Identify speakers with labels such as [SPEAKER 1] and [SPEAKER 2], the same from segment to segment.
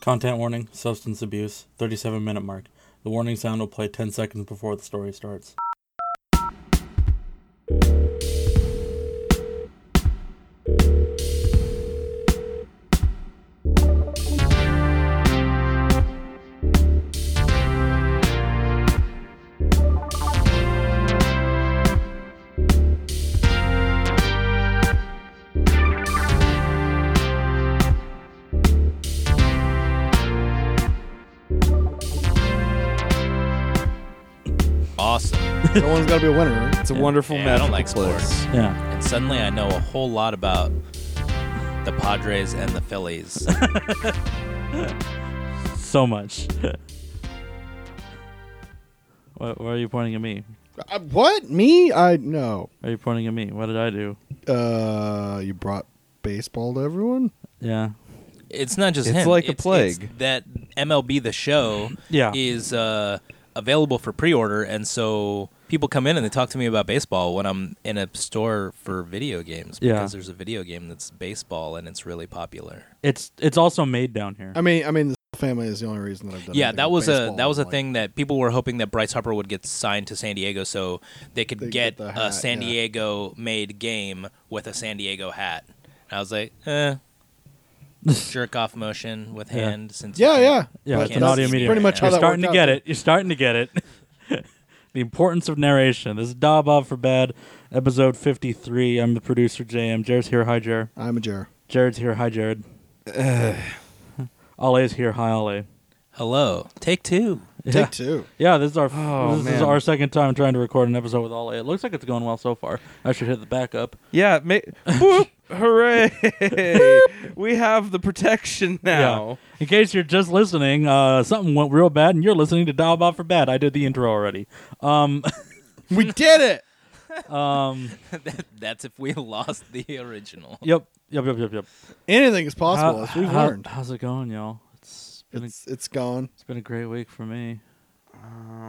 [SPEAKER 1] Content warning, substance abuse, 37 minute mark. The warning sound will play 10 seconds before the story starts.
[SPEAKER 2] Awesome.
[SPEAKER 3] no one's got to be a winner. right?
[SPEAKER 2] It's
[SPEAKER 3] It's
[SPEAKER 2] a
[SPEAKER 3] a wonderful
[SPEAKER 2] yeah,
[SPEAKER 3] match.
[SPEAKER 2] I don't like sports.
[SPEAKER 1] Yeah.
[SPEAKER 2] And suddenly I know a whole lot about the Padres and the Phillies.
[SPEAKER 1] So much. what, why are you pointing at me?
[SPEAKER 3] Uh, what me? I no.
[SPEAKER 1] Why Are you pointing at me? What did I do?
[SPEAKER 3] Uh, you brought baseball to everyone.
[SPEAKER 1] Yeah.
[SPEAKER 2] it's not just
[SPEAKER 4] It's
[SPEAKER 2] him.
[SPEAKER 4] like a
[SPEAKER 2] it's-
[SPEAKER 4] plague.
[SPEAKER 2] it's that MLB the show
[SPEAKER 1] Yeah.
[SPEAKER 2] is uh, available for pre-order and so people come in and they talk to me about baseball when I'm in a store for video games
[SPEAKER 1] Yeah.
[SPEAKER 2] because there's a video game that's baseball and it's really popular.
[SPEAKER 1] It's it's also made down here.
[SPEAKER 3] I mean, I mean, the family is the only reason that I've done.
[SPEAKER 2] Yeah,
[SPEAKER 3] anything
[SPEAKER 2] that was
[SPEAKER 3] with
[SPEAKER 2] a
[SPEAKER 3] baseball
[SPEAKER 2] that was a
[SPEAKER 3] in, like,
[SPEAKER 2] thing that people were hoping that Bryce Harper would get signed to San Diego, so they could
[SPEAKER 3] They
[SPEAKER 2] get,
[SPEAKER 3] get the
[SPEAKER 2] a
[SPEAKER 3] hat,
[SPEAKER 2] San
[SPEAKER 3] yeah.
[SPEAKER 2] Diego made game with a San Diego hat. And I was like, eh, jerk off motion with
[SPEAKER 1] Yeah.
[SPEAKER 2] hand. Since you
[SPEAKER 3] Yeah,
[SPEAKER 2] can't-
[SPEAKER 3] yeah,
[SPEAKER 1] yeah,
[SPEAKER 3] But
[SPEAKER 1] it's an
[SPEAKER 3] that's
[SPEAKER 1] audio medium.
[SPEAKER 3] Pretty much how
[SPEAKER 1] You're
[SPEAKER 3] that
[SPEAKER 1] starting to
[SPEAKER 3] worked
[SPEAKER 1] get
[SPEAKER 3] out.
[SPEAKER 1] it. You're starting to get it. the importance of narration. This is Dabob for Bad, episode 53. I'm the producer, JM. Jared's here. Hi, Jared.
[SPEAKER 3] I'm a jar.
[SPEAKER 1] Jared's here. Hi, Jared. Ole's here. Hi, Ole.
[SPEAKER 2] Hello, take two.
[SPEAKER 1] Yeah.
[SPEAKER 3] Take two.
[SPEAKER 1] Yeah, this is our this is
[SPEAKER 4] man.
[SPEAKER 1] our second time trying to record an episode with Ole. It looks like it's going well so far. I should hit the backup.
[SPEAKER 4] Yeah, ma- boop, hooray! we have the protection
[SPEAKER 1] Yeah.
[SPEAKER 4] now.
[SPEAKER 1] In case you're just listening, uh, something went real bad, and you're listening to Dial Bob for Bad. I did the intro already. Um,
[SPEAKER 3] We did it.
[SPEAKER 1] um,
[SPEAKER 2] That- that's if we lost the original.
[SPEAKER 1] yep, yep, yep, yep, yep.
[SPEAKER 3] Anything is possible. as
[SPEAKER 1] How-
[SPEAKER 3] we've
[SPEAKER 1] how-
[SPEAKER 3] learned.
[SPEAKER 1] How's it going, y'all? It's been
[SPEAKER 3] It's it's gone.
[SPEAKER 1] a, it's been a great week for me.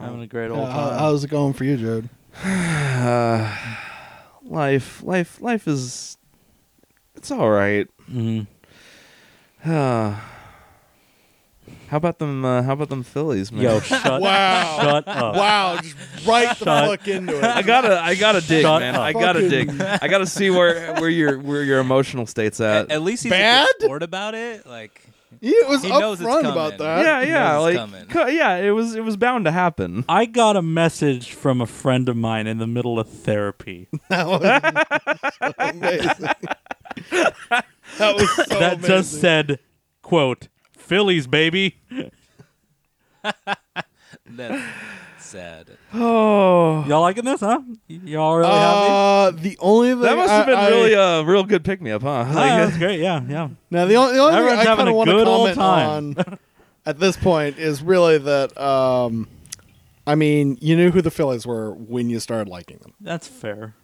[SPEAKER 1] Having a great old
[SPEAKER 3] Uh, how-
[SPEAKER 1] time.
[SPEAKER 3] how's it going for you, Jared?
[SPEAKER 4] Uh, life, life, life is. It's all right.
[SPEAKER 1] Mhm.
[SPEAKER 4] Uh, how about them? Uh, how about them Phillies, man?
[SPEAKER 1] Yo, shut,
[SPEAKER 3] Wow.
[SPEAKER 1] shut up.
[SPEAKER 3] Wow, just right the
[SPEAKER 1] Shut-
[SPEAKER 3] fuck into it.
[SPEAKER 4] I gotta, I gotta dig,
[SPEAKER 1] Shut
[SPEAKER 4] man.
[SPEAKER 1] up.
[SPEAKER 4] I gotta
[SPEAKER 3] Fucking-
[SPEAKER 4] dig. I gotta see where where your where your emotional state's at.
[SPEAKER 2] At least he's
[SPEAKER 3] Bad?
[SPEAKER 2] a good sport about it. Like
[SPEAKER 3] He was
[SPEAKER 2] He knows it's
[SPEAKER 3] upfront
[SPEAKER 2] coming.
[SPEAKER 3] about that.
[SPEAKER 4] yeah,
[SPEAKER 2] he
[SPEAKER 4] yeah,
[SPEAKER 2] knows it's coming.
[SPEAKER 4] like, co- yeah. It was, it was bound to happen.
[SPEAKER 1] I got a message from a friend of mine in the middle of therapy.
[SPEAKER 3] That was so amazing. that was so
[SPEAKER 1] that
[SPEAKER 3] amazing.
[SPEAKER 1] just said, "quote Phillies, baby."
[SPEAKER 2] that's sad.
[SPEAKER 4] Oh,
[SPEAKER 1] Y'all liking this, huh? Y- Y'all really happy?
[SPEAKER 3] Uh, the only thing
[SPEAKER 4] that must
[SPEAKER 3] I,
[SPEAKER 4] have been
[SPEAKER 3] I,
[SPEAKER 4] really a real good pick me up, huh?
[SPEAKER 1] Oh,
[SPEAKER 4] Like,
[SPEAKER 1] that's great. Yeah, yeah.
[SPEAKER 3] Now the only, the only thing
[SPEAKER 1] Everyone's
[SPEAKER 3] I
[SPEAKER 1] having
[SPEAKER 3] kind
[SPEAKER 1] a
[SPEAKER 3] of want to
[SPEAKER 1] good old
[SPEAKER 3] comment
[SPEAKER 1] time.
[SPEAKER 3] on at this point is really that. Um, I mean, you knew who the Phillies were when you started liking them.
[SPEAKER 1] That's fair.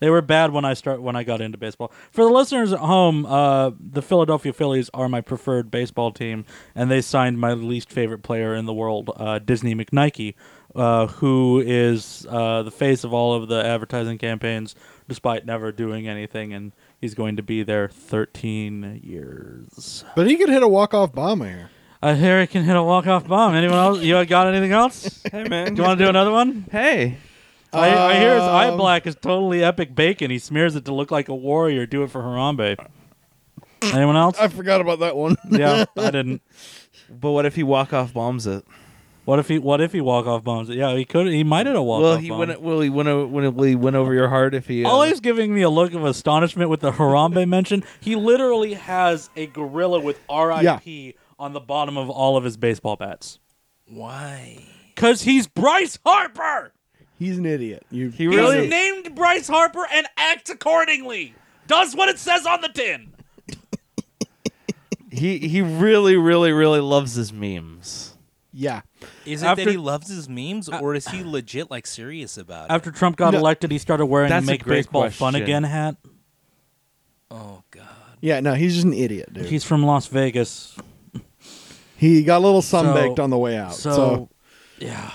[SPEAKER 1] they were bad when I start when I got into baseball. For the listeners at home, uh, the Philadelphia Phillies are my preferred baseball team, and they signed my least favorite player in the world, uh, Disney McNike, uh, who is uh, the face of all of the advertising campaigns, despite never doing anything, and he's going to be there 13 years.
[SPEAKER 3] But he could hit a walk off bomb here.
[SPEAKER 1] I hear he can hit a walk off bomb. Anyone else? You got anything else?
[SPEAKER 4] hey, man.
[SPEAKER 1] Do you want to do another one?
[SPEAKER 4] Hey,
[SPEAKER 1] I, I hear his eye
[SPEAKER 3] Um,
[SPEAKER 1] black is totally epic bacon. He smears it to look like a warrior. Do it for Harambe. Anyone else?
[SPEAKER 3] I forgot about that one.
[SPEAKER 1] yeah, I didn't.
[SPEAKER 4] but what if he walk off bombs it?
[SPEAKER 1] What if he? What if he walk off bombs? Yeah, he could. He might have a walk
[SPEAKER 4] Will
[SPEAKER 1] off
[SPEAKER 4] he
[SPEAKER 1] bomb.
[SPEAKER 4] win? It, will he win? o- Will will he win over your heart if he? Uh,
[SPEAKER 1] Always giving me a look of astonishment with the Harambe mention. He literally has a gorilla with R.I.P. on the bottom of all of his baseball bats.
[SPEAKER 2] Why?
[SPEAKER 1] Cause he's Bryce Harper.
[SPEAKER 3] He's an idiot. You,
[SPEAKER 4] He really-
[SPEAKER 1] He's named Bryce Harper and acts accordingly. Does what it says on the tin.
[SPEAKER 4] he he really really really loves his memes.
[SPEAKER 3] yeah.
[SPEAKER 2] Is it
[SPEAKER 1] After-
[SPEAKER 2] that he loves his memes, or is he legit like serious about
[SPEAKER 1] After Trump got
[SPEAKER 3] No.
[SPEAKER 1] elected, he started wearing the
[SPEAKER 4] That's a
[SPEAKER 1] "Make
[SPEAKER 4] great
[SPEAKER 1] Baseball Fun
[SPEAKER 4] question.
[SPEAKER 1] Again" hat.
[SPEAKER 2] it? Oh God.
[SPEAKER 3] Yeah, no, he's just an idiot, dude. Oh,
[SPEAKER 1] He's from Las Vegas,
[SPEAKER 3] he got a little sunbaked on the way out.
[SPEAKER 1] so,
[SPEAKER 3] So,
[SPEAKER 1] yeah.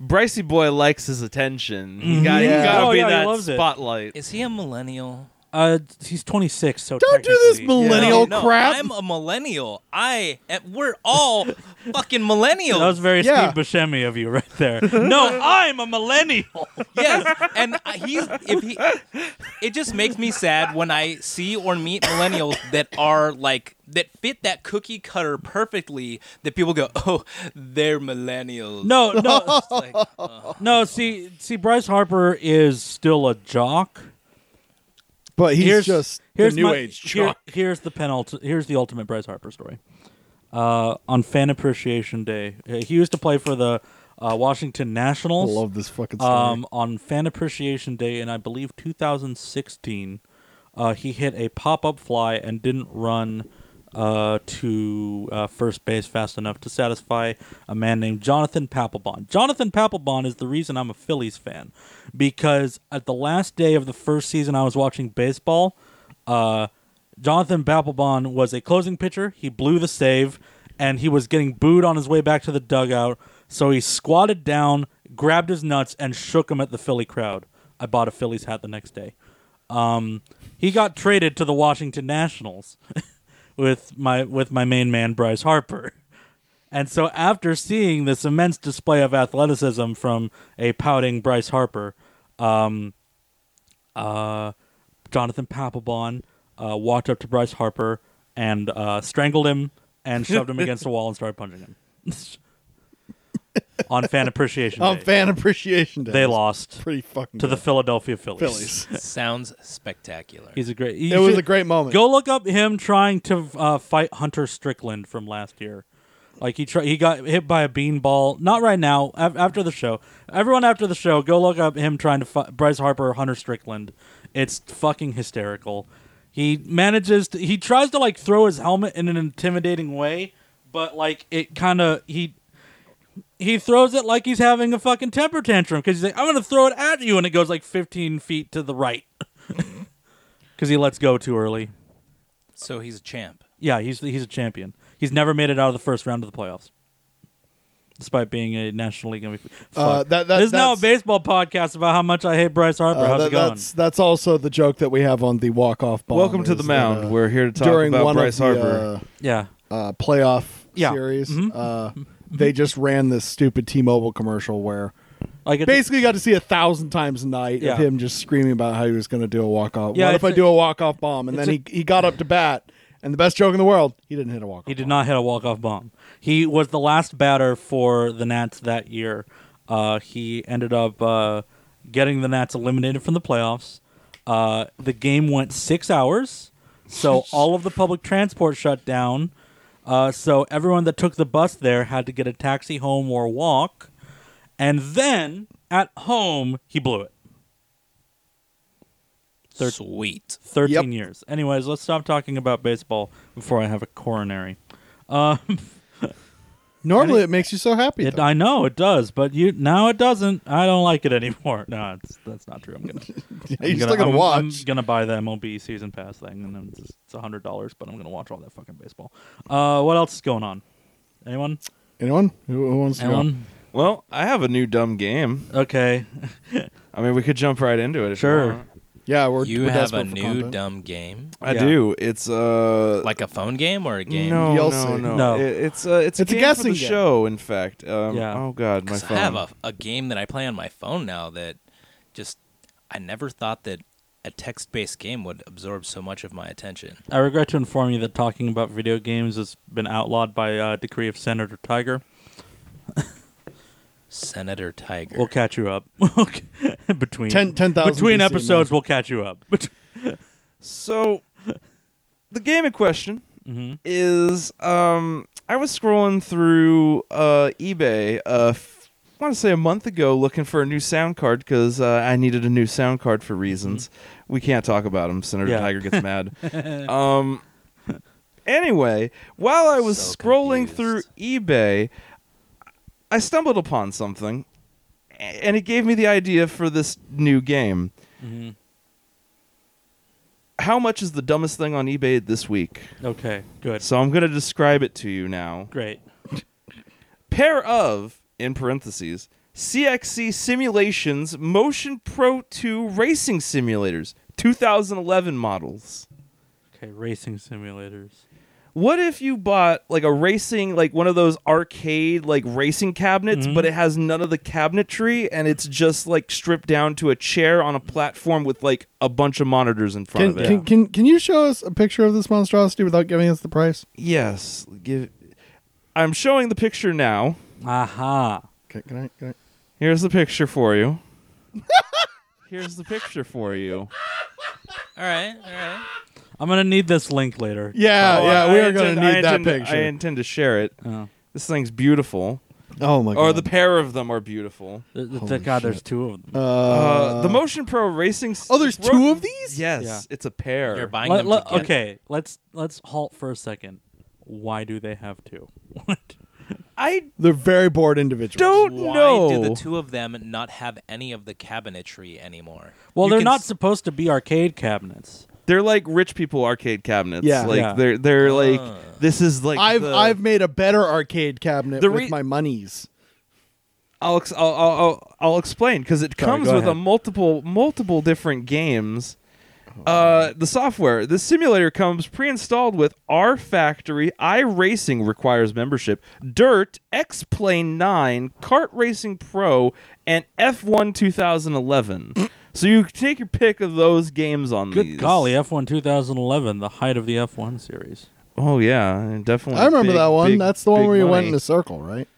[SPEAKER 4] Bricey boy likes his attention. He got
[SPEAKER 3] Yeah.
[SPEAKER 4] he got to
[SPEAKER 1] Oh,
[SPEAKER 4] be
[SPEAKER 1] yeah, he
[SPEAKER 4] in
[SPEAKER 1] loves it.
[SPEAKER 4] that spotlight.
[SPEAKER 2] Is he a millennial?
[SPEAKER 1] Uh, he's 26, so
[SPEAKER 3] Don't do this
[SPEAKER 1] technically-
[SPEAKER 3] millennial
[SPEAKER 2] No, no,
[SPEAKER 3] crap.
[SPEAKER 2] I'm a millennial. I eh, we're all fucking millennials.
[SPEAKER 1] That was very
[SPEAKER 3] Yeah.
[SPEAKER 1] Steve Buscemi of you right there. no, I'm a millennial.
[SPEAKER 2] yes, and I- he's if he. It just makes me sad when I see or meet millennials that are like that fit that cookie cutter perfectly. That people go, oh, they're millennials.
[SPEAKER 1] No, no,
[SPEAKER 2] It's like, uh,
[SPEAKER 1] no. See, see, Bryce Harper is still a jock.
[SPEAKER 3] but he's
[SPEAKER 1] here's
[SPEAKER 3] just
[SPEAKER 1] here's
[SPEAKER 3] the new
[SPEAKER 1] my-
[SPEAKER 3] age
[SPEAKER 1] here-
[SPEAKER 3] jock.
[SPEAKER 1] here's the penult. Here's the ultimate Bryce Harper story. Uh, on Fan Appreciation Day, uh, he used to play for the uh, Washington
[SPEAKER 3] I
[SPEAKER 1] Nationals.
[SPEAKER 3] love this fucking story.
[SPEAKER 1] Um, on Fan Appreciation Day in I believe 2016, uh, he hit a pop-up fly and didn't run uh, to uh, first base fast enough to satisfy a man named Jonathan Papelbon. Jonathan Papelbon is the reason I'm a Phillies fan because at the last day of the first season I was watching baseball, uh, Jonathan Papelbon was a closing pitcher. He blew the save and he was getting booed on his way back to the dugout. So he squatted down, grabbed his nuts, and shook them at the Philly crowd. I bought a Phillies hat the next day. Um, he got traded to the Washington Nationals with my with my main man Bryce Harper. And so after seeing this immense display of athleticism from a pouting Bryce Harper, um, uh, Jonathan Papelbon uh, walked up to Bryce Harper and uh, strangled him and shoved him against the wall and started punching him. On fan appreciation
[SPEAKER 3] on
[SPEAKER 1] day,
[SPEAKER 3] Fan Appreciation Day.
[SPEAKER 1] they
[SPEAKER 3] It's
[SPEAKER 1] lost
[SPEAKER 3] Pretty fucking
[SPEAKER 1] to the
[SPEAKER 3] good.
[SPEAKER 1] Philadelphia Phillies.
[SPEAKER 3] Phillies.
[SPEAKER 2] sounds spectacular.
[SPEAKER 1] He's a great.
[SPEAKER 3] It was a great moment.
[SPEAKER 1] Go look up him trying to uh, fight Hunter Strickland from last year. Like he try, he got hit by a bean ball. Not right now. Af- after the show, everyone after the show, go look up him trying to fight Bryce Harper, Hunter Strickland. It's fucking hysterical. He manages. To, he tries to like throw his helmet in an intimidating way, but like it kind of he. He throws it like he's having a fucking temper tantrum because he's like, "I'm gonna throw it at you," and it goes like 15 feet to the right because he lets go too early.
[SPEAKER 2] so he's a champ.
[SPEAKER 1] Yeah, he's he's a champion. He's never made it out of the first round of the playoffs, despite being a National League MVP.
[SPEAKER 3] Uh,
[SPEAKER 1] Fuck.
[SPEAKER 3] that- that-
[SPEAKER 1] this is now a
[SPEAKER 3] that's-
[SPEAKER 1] baseball podcast about how much I hate Bryce Harper.
[SPEAKER 3] Uh,
[SPEAKER 1] How's
[SPEAKER 3] that-
[SPEAKER 1] it going?
[SPEAKER 3] That's that's also the joke that we have on the walk off.
[SPEAKER 4] Welcome to the mound. We're here to talk
[SPEAKER 3] uh, during
[SPEAKER 4] about
[SPEAKER 3] one
[SPEAKER 4] Bryce
[SPEAKER 3] of the,
[SPEAKER 4] Harper.
[SPEAKER 1] Yeah,
[SPEAKER 3] uh, uh, playoff
[SPEAKER 1] Yeah.
[SPEAKER 3] series.
[SPEAKER 1] Mhm.
[SPEAKER 3] Uh, they just ran this stupid T-Mobile commercial where
[SPEAKER 1] like it's,
[SPEAKER 3] basically got to see a thousand times a night
[SPEAKER 1] Yeah.
[SPEAKER 3] of him just screaming about how he was going to do a walk off.
[SPEAKER 1] Yeah,
[SPEAKER 3] what if
[SPEAKER 1] it's
[SPEAKER 3] I
[SPEAKER 1] a-
[SPEAKER 3] do a walk off bomb? And
[SPEAKER 1] it's
[SPEAKER 3] then he, he got up to bat, and the best joke in the world, he didn't hit a walk off.
[SPEAKER 1] he did not hit a walk off bomb. He was the last batter for the Nats that year. Uh, he ended up uh, getting the Nats eliminated from the playoffs. Uh, the game went six hours, so all of the public transport shut down. Uh, so everyone that took the bus there had to get a taxi home or walk. And then at home, he blew it. Thir-
[SPEAKER 2] Sweet.
[SPEAKER 1] 13
[SPEAKER 3] Yep.
[SPEAKER 1] years. Anyways, let's stop talking about baseball before I have a coronary.
[SPEAKER 3] Normally, it makes you so happy.
[SPEAKER 1] It,
[SPEAKER 3] though.
[SPEAKER 1] I know it does, but you now it doesn't. I don't like it anymore. No, it's, that's not true. I'm gonna.
[SPEAKER 3] You're still gonna
[SPEAKER 1] I'm-
[SPEAKER 3] watch.
[SPEAKER 1] I'm gonna buy the MLB season pass thing, and then it's it's hundred dollars, but I'm gonna watch all that fucking baseball. Uh, what else is going on? Anyone?
[SPEAKER 3] Anyone who, who wants to go?
[SPEAKER 1] Anyone?
[SPEAKER 4] Well, I have a new dumb game.
[SPEAKER 1] Okay.
[SPEAKER 4] I mean, we could jump right into it. if you
[SPEAKER 1] Sure.
[SPEAKER 4] want.
[SPEAKER 3] Yeah, we're
[SPEAKER 2] You
[SPEAKER 3] we're
[SPEAKER 2] have a
[SPEAKER 3] desperate for
[SPEAKER 2] new
[SPEAKER 3] content.
[SPEAKER 2] dumb game,
[SPEAKER 4] I
[SPEAKER 1] Yeah.
[SPEAKER 4] do. It's uh
[SPEAKER 2] like a phone game or a game.
[SPEAKER 4] No,
[SPEAKER 3] You'll
[SPEAKER 4] no,
[SPEAKER 3] see.
[SPEAKER 4] no,
[SPEAKER 1] No.
[SPEAKER 4] It- it's a it's a
[SPEAKER 3] It's a
[SPEAKER 4] game for
[SPEAKER 3] guessing
[SPEAKER 4] the
[SPEAKER 3] game.
[SPEAKER 4] show. In fact, um,
[SPEAKER 1] Yeah.
[SPEAKER 4] oh god, my
[SPEAKER 2] 'Cause
[SPEAKER 4] phone.
[SPEAKER 2] I have a, a game that I play on my phone now that just I never thought that a text based game would absorb so much of my attention.
[SPEAKER 1] I regret to inform you that talking about video games has been outlawed by uh, decree of Senator Tiger.
[SPEAKER 2] Senator Tiger.
[SPEAKER 1] We'll catch you up. between
[SPEAKER 3] Ten- 10,000
[SPEAKER 1] between
[SPEAKER 3] BC,
[SPEAKER 1] episodes,
[SPEAKER 3] man.
[SPEAKER 1] we'll catch you up.
[SPEAKER 4] so, the game in question
[SPEAKER 1] hmm
[SPEAKER 4] is um I was scrolling through uh eBay uh f- I want to say a month ago looking for a new sound card because uh, I needed a new sound card for reasons we can't talk about them. Senator
[SPEAKER 1] Yeah.
[SPEAKER 4] Tiger gets mad. um. Anyway, while I was
[SPEAKER 2] So
[SPEAKER 4] scrolling
[SPEAKER 2] confused.
[SPEAKER 4] through eBay, I stumbled upon something, a- and it gave me the idea for this new game.
[SPEAKER 2] Mm-hmm.
[SPEAKER 1] Mhm.
[SPEAKER 4] How much is the dumbest thing on eBay this week?
[SPEAKER 1] Okay. Good.
[SPEAKER 4] So I'm going to describe it to you now.
[SPEAKER 1] Great.
[SPEAKER 4] Pair of, in parentheses, CXC Simulations Motion Pro 2 Racing Simulators. 2011 models.
[SPEAKER 1] Okay, racing simulators.
[SPEAKER 4] What if you bought like a racing, like one of those arcade like racing cabinets, but
[SPEAKER 3] Mm-hmm.
[SPEAKER 4] it has none of the cabinetry and it's just like stripped down to a chair on a platform with like a bunch of monitors in front
[SPEAKER 3] Can,
[SPEAKER 4] of it?
[SPEAKER 3] can, can, can you show us a picture of this monstrosity without giving us the price?
[SPEAKER 4] yes, give. I'm showing the picture now.
[SPEAKER 1] Aha.
[SPEAKER 3] Okay, can I? Can I?
[SPEAKER 4] Here's the picture for you. Here's the picture for you.
[SPEAKER 2] All right, all right.
[SPEAKER 1] I'm gonna need this link later.
[SPEAKER 3] Yeah,
[SPEAKER 4] Oh,
[SPEAKER 3] yeah,
[SPEAKER 4] I-
[SPEAKER 3] we
[SPEAKER 4] I
[SPEAKER 3] are going
[SPEAKER 4] intend-
[SPEAKER 3] to
[SPEAKER 4] I
[SPEAKER 3] need that
[SPEAKER 4] intend- I
[SPEAKER 3] picture.
[SPEAKER 4] intend to share it.
[SPEAKER 1] Oh.
[SPEAKER 4] This thing's beautiful.
[SPEAKER 3] oh my god.
[SPEAKER 4] Or the pair of them are beautiful.
[SPEAKER 1] Th- th-
[SPEAKER 3] Holy
[SPEAKER 1] thank God, there's
[SPEAKER 3] shit.
[SPEAKER 1] two of them.
[SPEAKER 3] uh,
[SPEAKER 4] Uh, the Motion Pro Racing. s-
[SPEAKER 3] Oh, there's
[SPEAKER 4] Ro-
[SPEAKER 3] two of these?
[SPEAKER 4] Yes,
[SPEAKER 1] Yeah.
[SPEAKER 4] it's a pair.
[SPEAKER 2] You're buying
[SPEAKER 1] Let-
[SPEAKER 2] them.
[SPEAKER 1] let-
[SPEAKER 2] together.
[SPEAKER 1] okay, let's let's halt for a second. Why do they have two? What?
[SPEAKER 4] I
[SPEAKER 3] They're very bored individuals.
[SPEAKER 4] don't
[SPEAKER 2] Why
[SPEAKER 4] know.
[SPEAKER 2] do the two of them not have any of the cabinetry anymore?
[SPEAKER 1] Well,
[SPEAKER 4] You
[SPEAKER 1] they're
[SPEAKER 4] can
[SPEAKER 1] not
[SPEAKER 4] s-
[SPEAKER 1] supposed to be arcade cabinets.
[SPEAKER 4] they're like rich people arcade cabinets.
[SPEAKER 3] Yeah.
[SPEAKER 4] like
[SPEAKER 1] Yeah. Uh.
[SPEAKER 4] they're they're like
[SPEAKER 2] Ah.
[SPEAKER 4] this is like
[SPEAKER 3] I've
[SPEAKER 4] the-
[SPEAKER 3] I've made a better arcade cabinet
[SPEAKER 4] The re-
[SPEAKER 3] with my monies.
[SPEAKER 4] I'll ex- I'll, I'll, I'll, I'll explain because it
[SPEAKER 1] Sorry,
[SPEAKER 4] comes
[SPEAKER 1] go
[SPEAKER 4] with a
[SPEAKER 1] ahead.
[SPEAKER 4] multiple multiple different games. Uh, the software, the simulator comes pre-installed with R Factory, iRacing requires membership, Dirt, X Plane Nine, Kart Racing Pro, and F1 2011. so you take your pick of those games on
[SPEAKER 1] Good
[SPEAKER 4] these.
[SPEAKER 1] golly, F1 2011, the height of the F1 series.
[SPEAKER 4] Oh yeah, and definitely.
[SPEAKER 3] I remember
[SPEAKER 4] big,
[SPEAKER 3] that one.
[SPEAKER 4] big,
[SPEAKER 3] That's the one
[SPEAKER 4] big
[SPEAKER 3] where you went
[SPEAKER 4] money.
[SPEAKER 3] in a circle, right?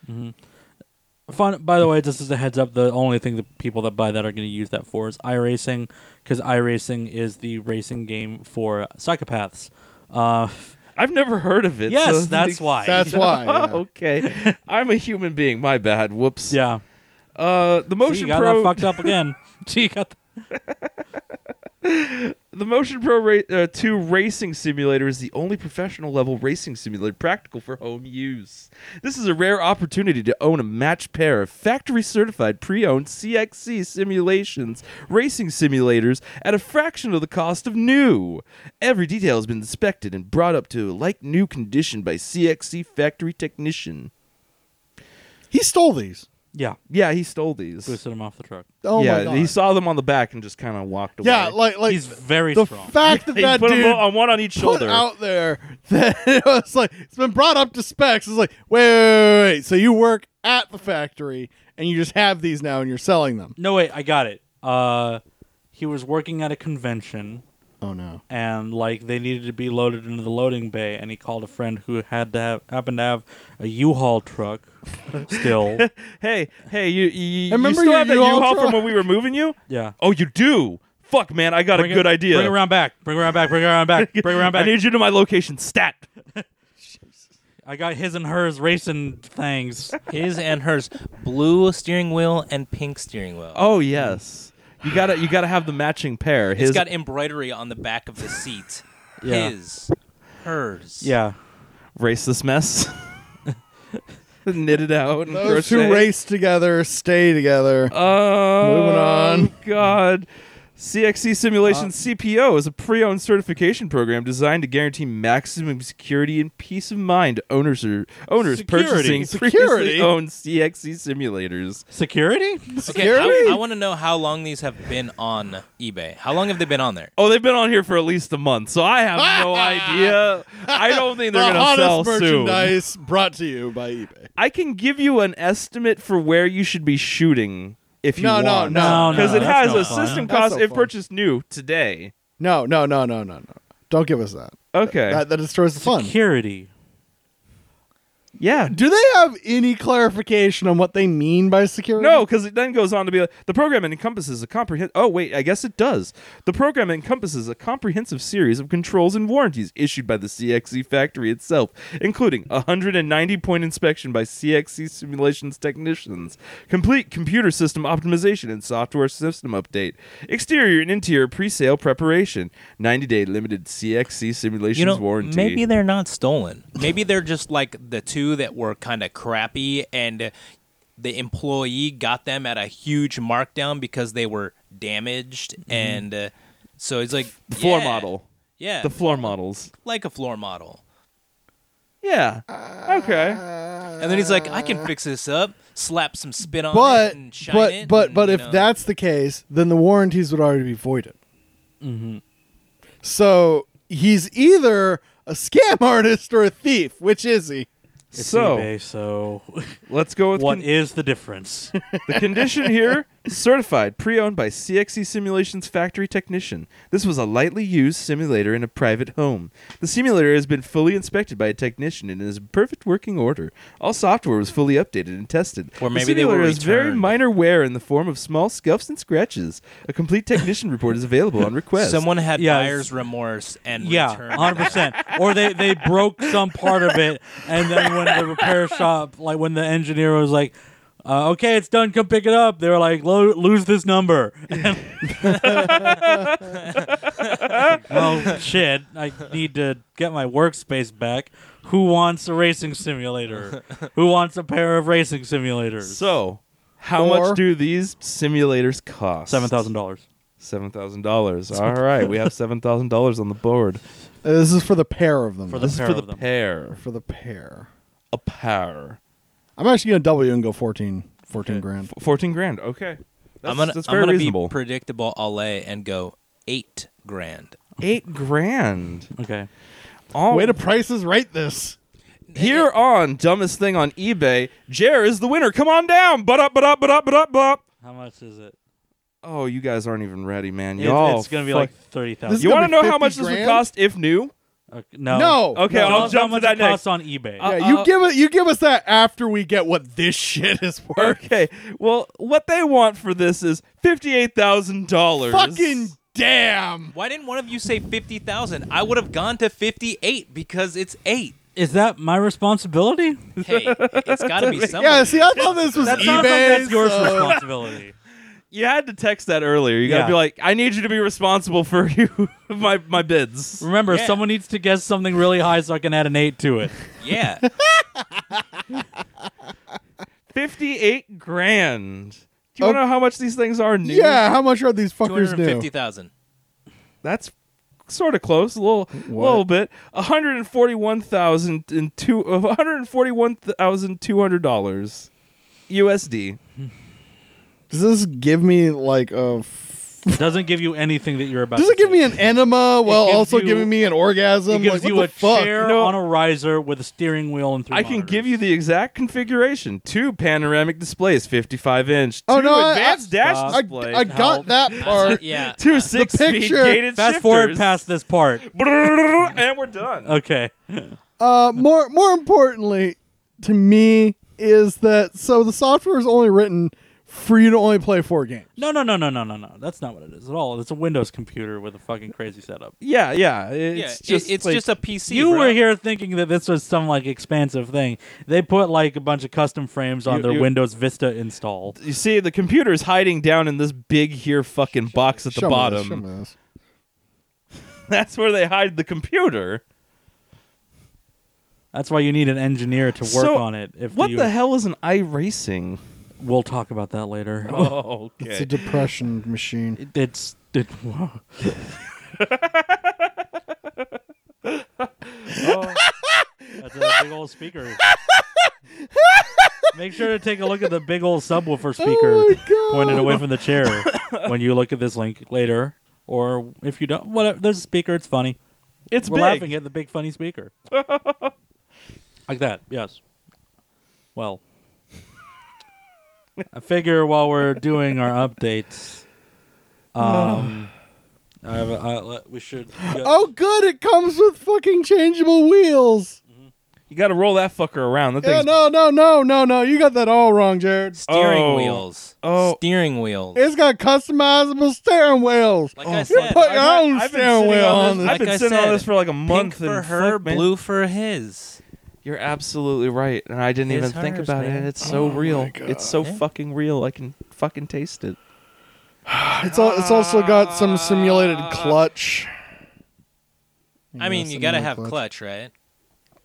[SPEAKER 1] Fun. By the way, just as a heads up, the only thing the people that buy that are going to use that for is iRacing, because iRacing is the racing game for psychopaths. Uh,
[SPEAKER 4] I've never heard of it.
[SPEAKER 1] yes,
[SPEAKER 4] so-
[SPEAKER 1] that's why.
[SPEAKER 3] That's why. yeah.
[SPEAKER 4] okay. I'm a human being. My bad. Whoops.
[SPEAKER 1] yeah.
[SPEAKER 4] Uh, the
[SPEAKER 1] See,
[SPEAKER 4] motion
[SPEAKER 1] you got
[SPEAKER 4] pro,
[SPEAKER 1] that fucked up again. See, you got the-
[SPEAKER 4] the motion pro ra- uh, two racing simulator is the only professional level racing simulator practical for home use. This is a rare opportunity to own a matched pair of factory certified pre-owned CXC simulations racing simulators at a fraction of the cost of new. Every detail has been inspected and brought up to like new condition by CXC factory technician.
[SPEAKER 3] He stole these.
[SPEAKER 1] yeah.
[SPEAKER 4] Yeah, he stole these.
[SPEAKER 1] Boosted him off the truck.
[SPEAKER 3] Oh
[SPEAKER 4] yeah,
[SPEAKER 3] my god.
[SPEAKER 4] he saw them on the back and just kind of walked away.
[SPEAKER 3] yeah, like like
[SPEAKER 1] He's very
[SPEAKER 3] the
[SPEAKER 1] strong.
[SPEAKER 3] fact that
[SPEAKER 4] He
[SPEAKER 3] that
[SPEAKER 4] put 'em
[SPEAKER 3] dude
[SPEAKER 4] both on one on each
[SPEAKER 3] put
[SPEAKER 4] shoulder.
[SPEAKER 3] out there that it was like it's been brought up to specs. It's like wait, wait, wait, wait. So you work at the factory and you just have these now and you're selling them.
[SPEAKER 1] No, wait, I got it. Uh, he was working at a convention,
[SPEAKER 3] Oh no.
[SPEAKER 1] and like they needed to be loaded into the loading bay, and he called a friend who had to have, happened to have a U-Haul truck. Still,
[SPEAKER 4] Hey, hey, you, you, you
[SPEAKER 3] remember
[SPEAKER 4] still
[SPEAKER 3] your
[SPEAKER 4] have that
[SPEAKER 3] U-Haul
[SPEAKER 4] U-Haul
[SPEAKER 3] truck?
[SPEAKER 4] from when we were moving you?
[SPEAKER 1] yeah.
[SPEAKER 4] Oh, you do? Fuck, man, I got
[SPEAKER 1] Bring
[SPEAKER 4] a
[SPEAKER 1] it-
[SPEAKER 4] good idea.
[SPEAKER 1] Bring it around back. Bring it around back. Bring it around back. Bring it around back.
[SPEAKER 4] I need you to my location stat.
[SPEAKER 1] I got his and hers racing things.
[SPEAKER 2] His and hers, blue steering wheel and pink steering wheel.
[SPEAKER 4] Oh yes, you gotta you gotta have the matching pair. His
[SPEAKER 2] it's got embroidery on the back of the seat.
[SPEAKER 1] Yeah.
[SPEAKER 2] His, hers.
[SPEAKER 1] Yeah.
[SPEAKER 4] race this mess, knit it out. And
[SPEAKER 3] Those
[SPEAKER 4] crochet.
[SPEAKER 3] two race together, stay together.
[SPEAKER 4] Oh,
[SPEAKER 3] Moving on. Uh,
[SPEAKER 4] God. CXC Simulation CPO is a pre owned certification program designed to guarantee maximum security and peace of mind to owners, or, owners
[SPEAKER 1] Security.
[SPEAKER 4] purchasing
[SPEAKER 3] Security?
[SPEAKER 4] previously owned CXC simulators.
[SPEAKER 1] Security?
[SPEAKER 2] Okay,
[SPEAKER 3] Scary.
[SPEAKER 2] I, want to know how long these have been on eBay. How long have they been on there?
[SPEAKER 4] Oh, they've been on here for at least a month, so I have no idea. I don't think
[SPEAKER 3] the
[SPEAKER 4] they're going to
[SPEAKER 3] hottest
[SPEAKER 4] sell soon.
[SPEAKER 3] merchandise brought to you by eBay.
[SPEAKER 4] I can give you an estimate for where you should be shooting if you
[SPEAKER 3] No,
[SPEAKER 4] want.
[SPEAKER 3] no, no.
[SPEAKER 1] No, no,
[SPEAKER 4] Because it
[SPEAKER 1] that's
[SPEAKER 4] has
[SPEAKER 1] no
[SPEAKER 4] a
[SPEAKER 1] fun.
[SPEAKER 4] system
[SPEAKER 3] That's
[SPEAKER 4] cost
[SPEAKER 3] no
[SPEAKER 4] if
[SPEAKER 3] fun.
[SPEAKER 4] purchased new today.
[SPEAKER 3] No, no, no, no, no, no. Don't give us that.
[SPEAKER 4] Okay.
[SPEAKER 3] That, that destroys the fun.
[SPEAKER 1] Security.
[SPEAKER 4] yeah,
[SPEAKER 3] Do they have any clarification on what they mean by security?
[SPEAKER 4] No, because it then goes on to be like, the program encompasses a comprehensive. Oh wait, I guess it does. The program encompasses a comprehensive series of controls and warranties issued by the CXC factory itself, including a 190-point inspection by CXC simulations technicians, complete computer system optimization and software system update, exterior and interior pre-sale preparation, 90-day limited CXC simulations
[SPEAKER 2] You know,
[SPEAKER 4] warranty.
[SPEAKER 2] maybe they're not stolen. Maybe they're just like the two that were kind of crappy, and the employee got them at a huge markdown because they were damaged, and uh, so it's like
[SPEAKER 4] Mm-hmm. the floor
[SPEAKER 2] yeah,
[SPEAKER 4] model,
[SPEAKER 2] Yeah,
[SPEAKER 4] the floor models.
[SPEAKER 2] like a floor model.
[SPEAKER 4] Yeah.
[SPEAKER 1] Uh,
[SPEAKER 4] okay.
[SPEAKER 2] And then he's like, I can fix this up, slap some spit on
[SPEAKER 3] but
[SPEAKER 2] it and shine
[SPEAKER 3] but
[SPEAKER 2] it.
[SPEAKER 3] but
[SPEAKER 2] and,
[SPEAKER 3] but
[SPEAKER 2] you
[SPEAKER 3] if
[SPEAKER 2] know.
[SPEAKER 3] that's the case, then the warranties would already be voided.
[SPEAKER 1] Mm-hmm.
[SPEAKER 3] So he's either a scam artist or a thief. Which is he?
[SPEAKER 1] It's
[SPEAKER 4] so
[SPEAKER 1] eBay, so
[SPEAKER 4] let's go with
[SPEAKER 1] what
[SPEAKER 4] con-
[SPEAKER 1] is the difference?
[SPEAKER 4] The condition here certified, pre owned by CXE Simulations factory technician. This was a lightly used simulator in a private home. The simulator has been fully inspected by a technician and is in perfect working order. All software was fully updated and tested.
[SPEAKER 2] Or
[SPEAKER 4] the
[SPEAKER 2] maybe they were
[SPEAKER 4] simulator has very
[SPEAKER 2] returned.
[SPEAKER 4] minor wear in the form of small scuffs and scratches. A complete technician report is available on request.
[SPEAKER 2] Someone had
[SPEAKER 1] Yeah, it's-
[SPEAKER 2] buyer's remorse and
[SPEAKER 1] yeah,
[SPEAKER 2] returned.
[SPEAKER 1] hundred percent. Or they they broke some part of it, and then when the repair shop, like when the engineer was like. Uh, okay, it's done. Come pick it up. They were like, "Lo- lose this number. oh shit! I need to get my workspace back. Who wants a racing simulator? Who wants a pair of racing simulators?
[SPEAKER 4] So, how
[SPEAKER 3] Or-
[SPEAKER 4] much do these simulators cost?
[SPEAKER 1] Seven thousand dollars.
[SPEAKER 4] Seven thousand dollars. All right, we have seven thousand dollars on the board.
[SPEAKER 3] Uh, This is for the pair of them.
[SPEAKER 1] For the
[SPEAKER 4] This is
[SPEAKER 1] pair
[SPEAKER 4] for
[SPEAKER 1] of
[SPEAKER 4] the
[SPEAKER 1] them.
[SPEAKER 4] pair.
[SPEAKER 3] for the pair.
[SPEAKER 4] A pair.
[SPEAKER 3] I'm actually gonna double you and go 14, 14 grand.
[SPEAKER 4] F- Fourteen grand. Okay. That's,
[SPEAKER 2] I'm gonna,
[SPEAKER 4] that's
[SPEAKER 2] I'm
[SPEAKER 4] very
[SPEAKER 2] gonna
[SPEAKER 4] reasonable.
[SPEAKER 2] be predictable, Ale, and go eight grand.
[SPEAKER 4] Eight grand.
[SPEAKER 1] Okay. Oh.
[SPEAKER 4] All
[SPEAKER 3] Way to prices right this.
[SPEAKER 4] here on dumbest thing on eBay. Jer is the winner. Come on down. But up, but up, but up, but up, but up.
[SPEAKER 1] How much is it?
[SPEAKER 4] Oh, you guys aren't even ready, man.
[SPEAKER 1] It's-
[SPEAKER 4] Y'all
[SPEAKER 1] it's gonna be
[SPEAKER 4] fuck-
[SPEAKER 1] like thirty
[SPEAKER 3] This-
[SPEAKER 1] thousand.
[SPEAKER 4] You
[SPEAKER 3] gonna
[SPEAKER 4] want to
[SPEAKER 3] be
[SPEAKER 4] know how
[SPEAKER 3] 50
[SPEAKER 4] much this would
[SPEAKER 3] grand?
[SPEAKER 4] cost if new?
[SPEAKER 1] no.
[SPEAKER 3] No.
[SPEAKER 4] Okay,
[SPEAKER 1] Tell
[SPEAKER 4] I'll
[SPEAKER 1] us how
[SPEAKER 4] jump to
[SPEAKER 1] much
[SPEAKER 4] that
[SPEAKER 1] it
[SPEAKER 4] next.
[SPEAKER 1] costs on eBay.
[SPEAKER 4] Uh,
[SPEAKER 3] Yeah, you
[SPEAKER 4] uh,
[SPEAKER 3] give it. You give us that after we get what this shit is worth.
[SPEAKER 4] Okay. Well, what they want for this is fifty-eight thousand dollars.
[SPEAKER 3] Fucking damn.
[SPEAKER 2] Why didn't one of you say fifty thousand? I would have gone to fifty-eight because it's eight.
[SPEAKER 1] Is that my responsibility?
[SPEAKER 2] Hey, it's got to be something.
[SPEAKER 3] Yeah, see, I thought this was
[SPEAKER 1] That's
[SPEAKER 3] eBay.
[SPEAKER 1] not that's your
[SPEAKER 3] so-
[SPEAKER 1] responsibility.
[SPEAKER 4] You had to text that earlier. You gotta
[SPEAKER 1] Yeah.
[SPEAKER 4] be like, I need you to be responsible for you my my bids.
[SPEAKER 1] Remember,
[SPEAKER 2] Yeah.
[SPEAKER 1] someone needs to guess something really high so I can add an eight to it.
[SPEAKER 2] yeah.
[SPEAKER 4] Fifty-eight grand. Do you wanna
[SPEAKER 3] Oh.
[SPEAKER 4] know how much these things are new?
[SPEAKER 3] Yeah, how much are these
[SPEAKER 2] Two
[SPEAKER 3] fuckers
[SPEAKER 2] hundred
[SPEAKER 3] new?
[SPEAKER 2] fifty thousand.
[SPEAKER 4] That's sort of close, a little, little bit. One hundred and forty-one thousand and two, one hundred and forty-one thousand two hundred dollars USD.
[SPEAKER 3] Does this give me like a? F-
[SPEAKER 1] Doesn't give you anything that you're about.
[SPEAKER 3] does
[SPEAKER 1] to
[SPEAKER 3] it give me an enema while
[SPEAKER 1] gives
[SPEAKER 3] also
[SPEAKER 1] you-
[SPEAKER 3] giving me an
[SPEAKER 1] It
[SPEAKER 3] orgasm?
[SPEAKER 1] gives
[SPEAKER 3] like, what
[SPEAKER 1] you
[SPEAKER 3] the
[SPEAKER 1] a
[SPEAKER 3] fuck?
[SPEAKER 1] chair
[SPEAKER 4] No.
[SPEAKER 1] on a riser with a steering wheel and three.
[SPEAKER 4] I can
[SPEAKER 1] monitors.
[SPEAKER 4] give you the exact configuration: two panoramic displays, fifty-five inch.
[SPEAKER 3] Oh,
[SPEAKER 4] two
[SPEAKER 3] no, I-
[SPEAKER 4] advanced
[SPEAKER 3] I-
[SPEAKER 4] dash
[SPEAKER 1] I-
[SPEAKER 4] display.
[SPEAKER 3] I
[SPEAKER 1] Help.
[SPEAKER 3] got that part.
[SPEAKER 2] Yeah.
[SPEAKER 4] two six-speed
[SPEAKER 3] picture-
[SPEAKER 4] gated
[SPEAKER 1] Fast
[SPEAKER 4] shifters.
[SPEAKER 1] forward past this part.
[SPEAKER 4] and we're done.
[SPEAKER 1] Okay.
[SPEAKER 3] Uh, more more importantly to me is that so the software is only written for you to only play four games.
[SPEAKER 1] No, no, no, no, no, no, no. That's not what it is at all. It's a Windows computer with a fucking crazy setup.
[SPEAKER 4] Yeah, yeah.
[SPEAKER 2] Yeah,
[SPEAKER 4] It's
[SPEAKER 2] it-
[SPEAKER 4] just
[SPEAKER 2] it's
[SPEAKER 4] like-
[SPEAKER 2] just a PC.
[SPEAKER 1] you
[SPEAKER 2] bro.
[SPEAKER 1] were here thinking that this was some like expansive thing. They put like a bunch of custom frames on
[SPEAKER 4] You-
[SPEAKER 1] their
[SPEAKER 4] you-
[SPEAKER 1] Windows Vista install.
[SPEAKER 4] you see the computer's hiding down in this big here fucking box at the
[SPEAKER 3] Show me this,
[SPEAKER 4] bottom.
[SPEAKER 3] show me this.
[SPEAKER 4] That's where they hide the computer.
[SPEAKER 1] That's why you need an engineer to work
[SPEAKER 4] So,
[SPEAKER 1] on it. If
[SPEAKER 4] What
[SPEAKER 1] you,
[SPEAKER 4] the hell is an iRacing?
[SPEAKER 1] We'll talk about that later.
[SPEAKER 4] Oh,
[SPEAKER 3] It's a depression machine.
[SPEAKER 1] It's it, wow.
[SPEAKER 4] Oh.
[SPEAKER 1] That's a big old speaker. Make sure to take a look at the big old subwoofer speaker
[SPEAKER 3] Oh my God.
[SPEAKER 1] pointed away from the chair when you look at this link later, or if you don't, whatever. There's a speaker. It's funny.
[SPEAKER 4] It's
[SPEAKER 1] We're
[SPEAKER 4] big.
[SPEAKER 1] laughing at the big funny speaker. like that, yes. Well, I figure while we're doing our updates, um, I have a, I, let- we should.
[SPEAKER 3] Oh, good! It comes with fucking changeable wheels.
[SPEAKER 4] You got to roll that fucker around. That
[SPEAKER 3] Yeah,
[SPEAKER 4] thing's-
[SPEAKER 3] no, no, no, no, no. You got that all wrong, Jared.
[SPEAKER 2] steering
[SPEAKER 4] Oh.
[SPEAKER 2] wheels.
[SPEAKER 4] Oh.
[SPEAKER 2] steering wheels.
[SPEAKER 3] It's got customizable steering wheels.
[SPEAKER 2] like I
[SPEAKER 3] You're
[SPEAKER 2] said,
[SPEAKER 3] putting your
[SPEAKER 4] I've-
[SPEAKER 3] own
[SPEAKER 4] I've been
[SPEAKER 3] steering
[SPEAKER 4] sitting
[SPEAKER 3] wheel
[SPEAKER 4] on
[SPEAKER 3] on
[SPEAKER 4] this-
[SPEAKER 3] this.
[SPEAKER 4] I've been
[SPEAKER 2] Like I
[SPEAKER 4] sitting on
[SPEAKER 2] said,
[SPEAKER 4] this for like a
[SPEAKER 2] pink
[SPEAKER 4] month.
[SPEAKER 2] for
[SPEAKER 4] and
[SPEAKER 2] her,
[SPEAKER 4] fuck, man,
[SPEAKER 2] blue for his.
[SPEAKER 4] You're absolutely right, and I didn't
[SPEAKER 2] It's
[SPEAKER 4] even think
[SPEAKER 2] hers,
[SPEAKER 4] about
[SPEAKER 2] man.
[SPEAKER 4] it. It's so real. It's so
[SPEAKER 2] Yeah.
[SPEAKER 4] fucking real. I can fucking taste it.
[SPEAKER 3] It's, al- it's also got some simulated clutch.
[SPEAKER 2] I
[SPEAKER 3] Yeah,
[SPEAKER 2] mean, you gotta
[SPEAKER 3] simulated
[SPEAKER 2] have clutch, right?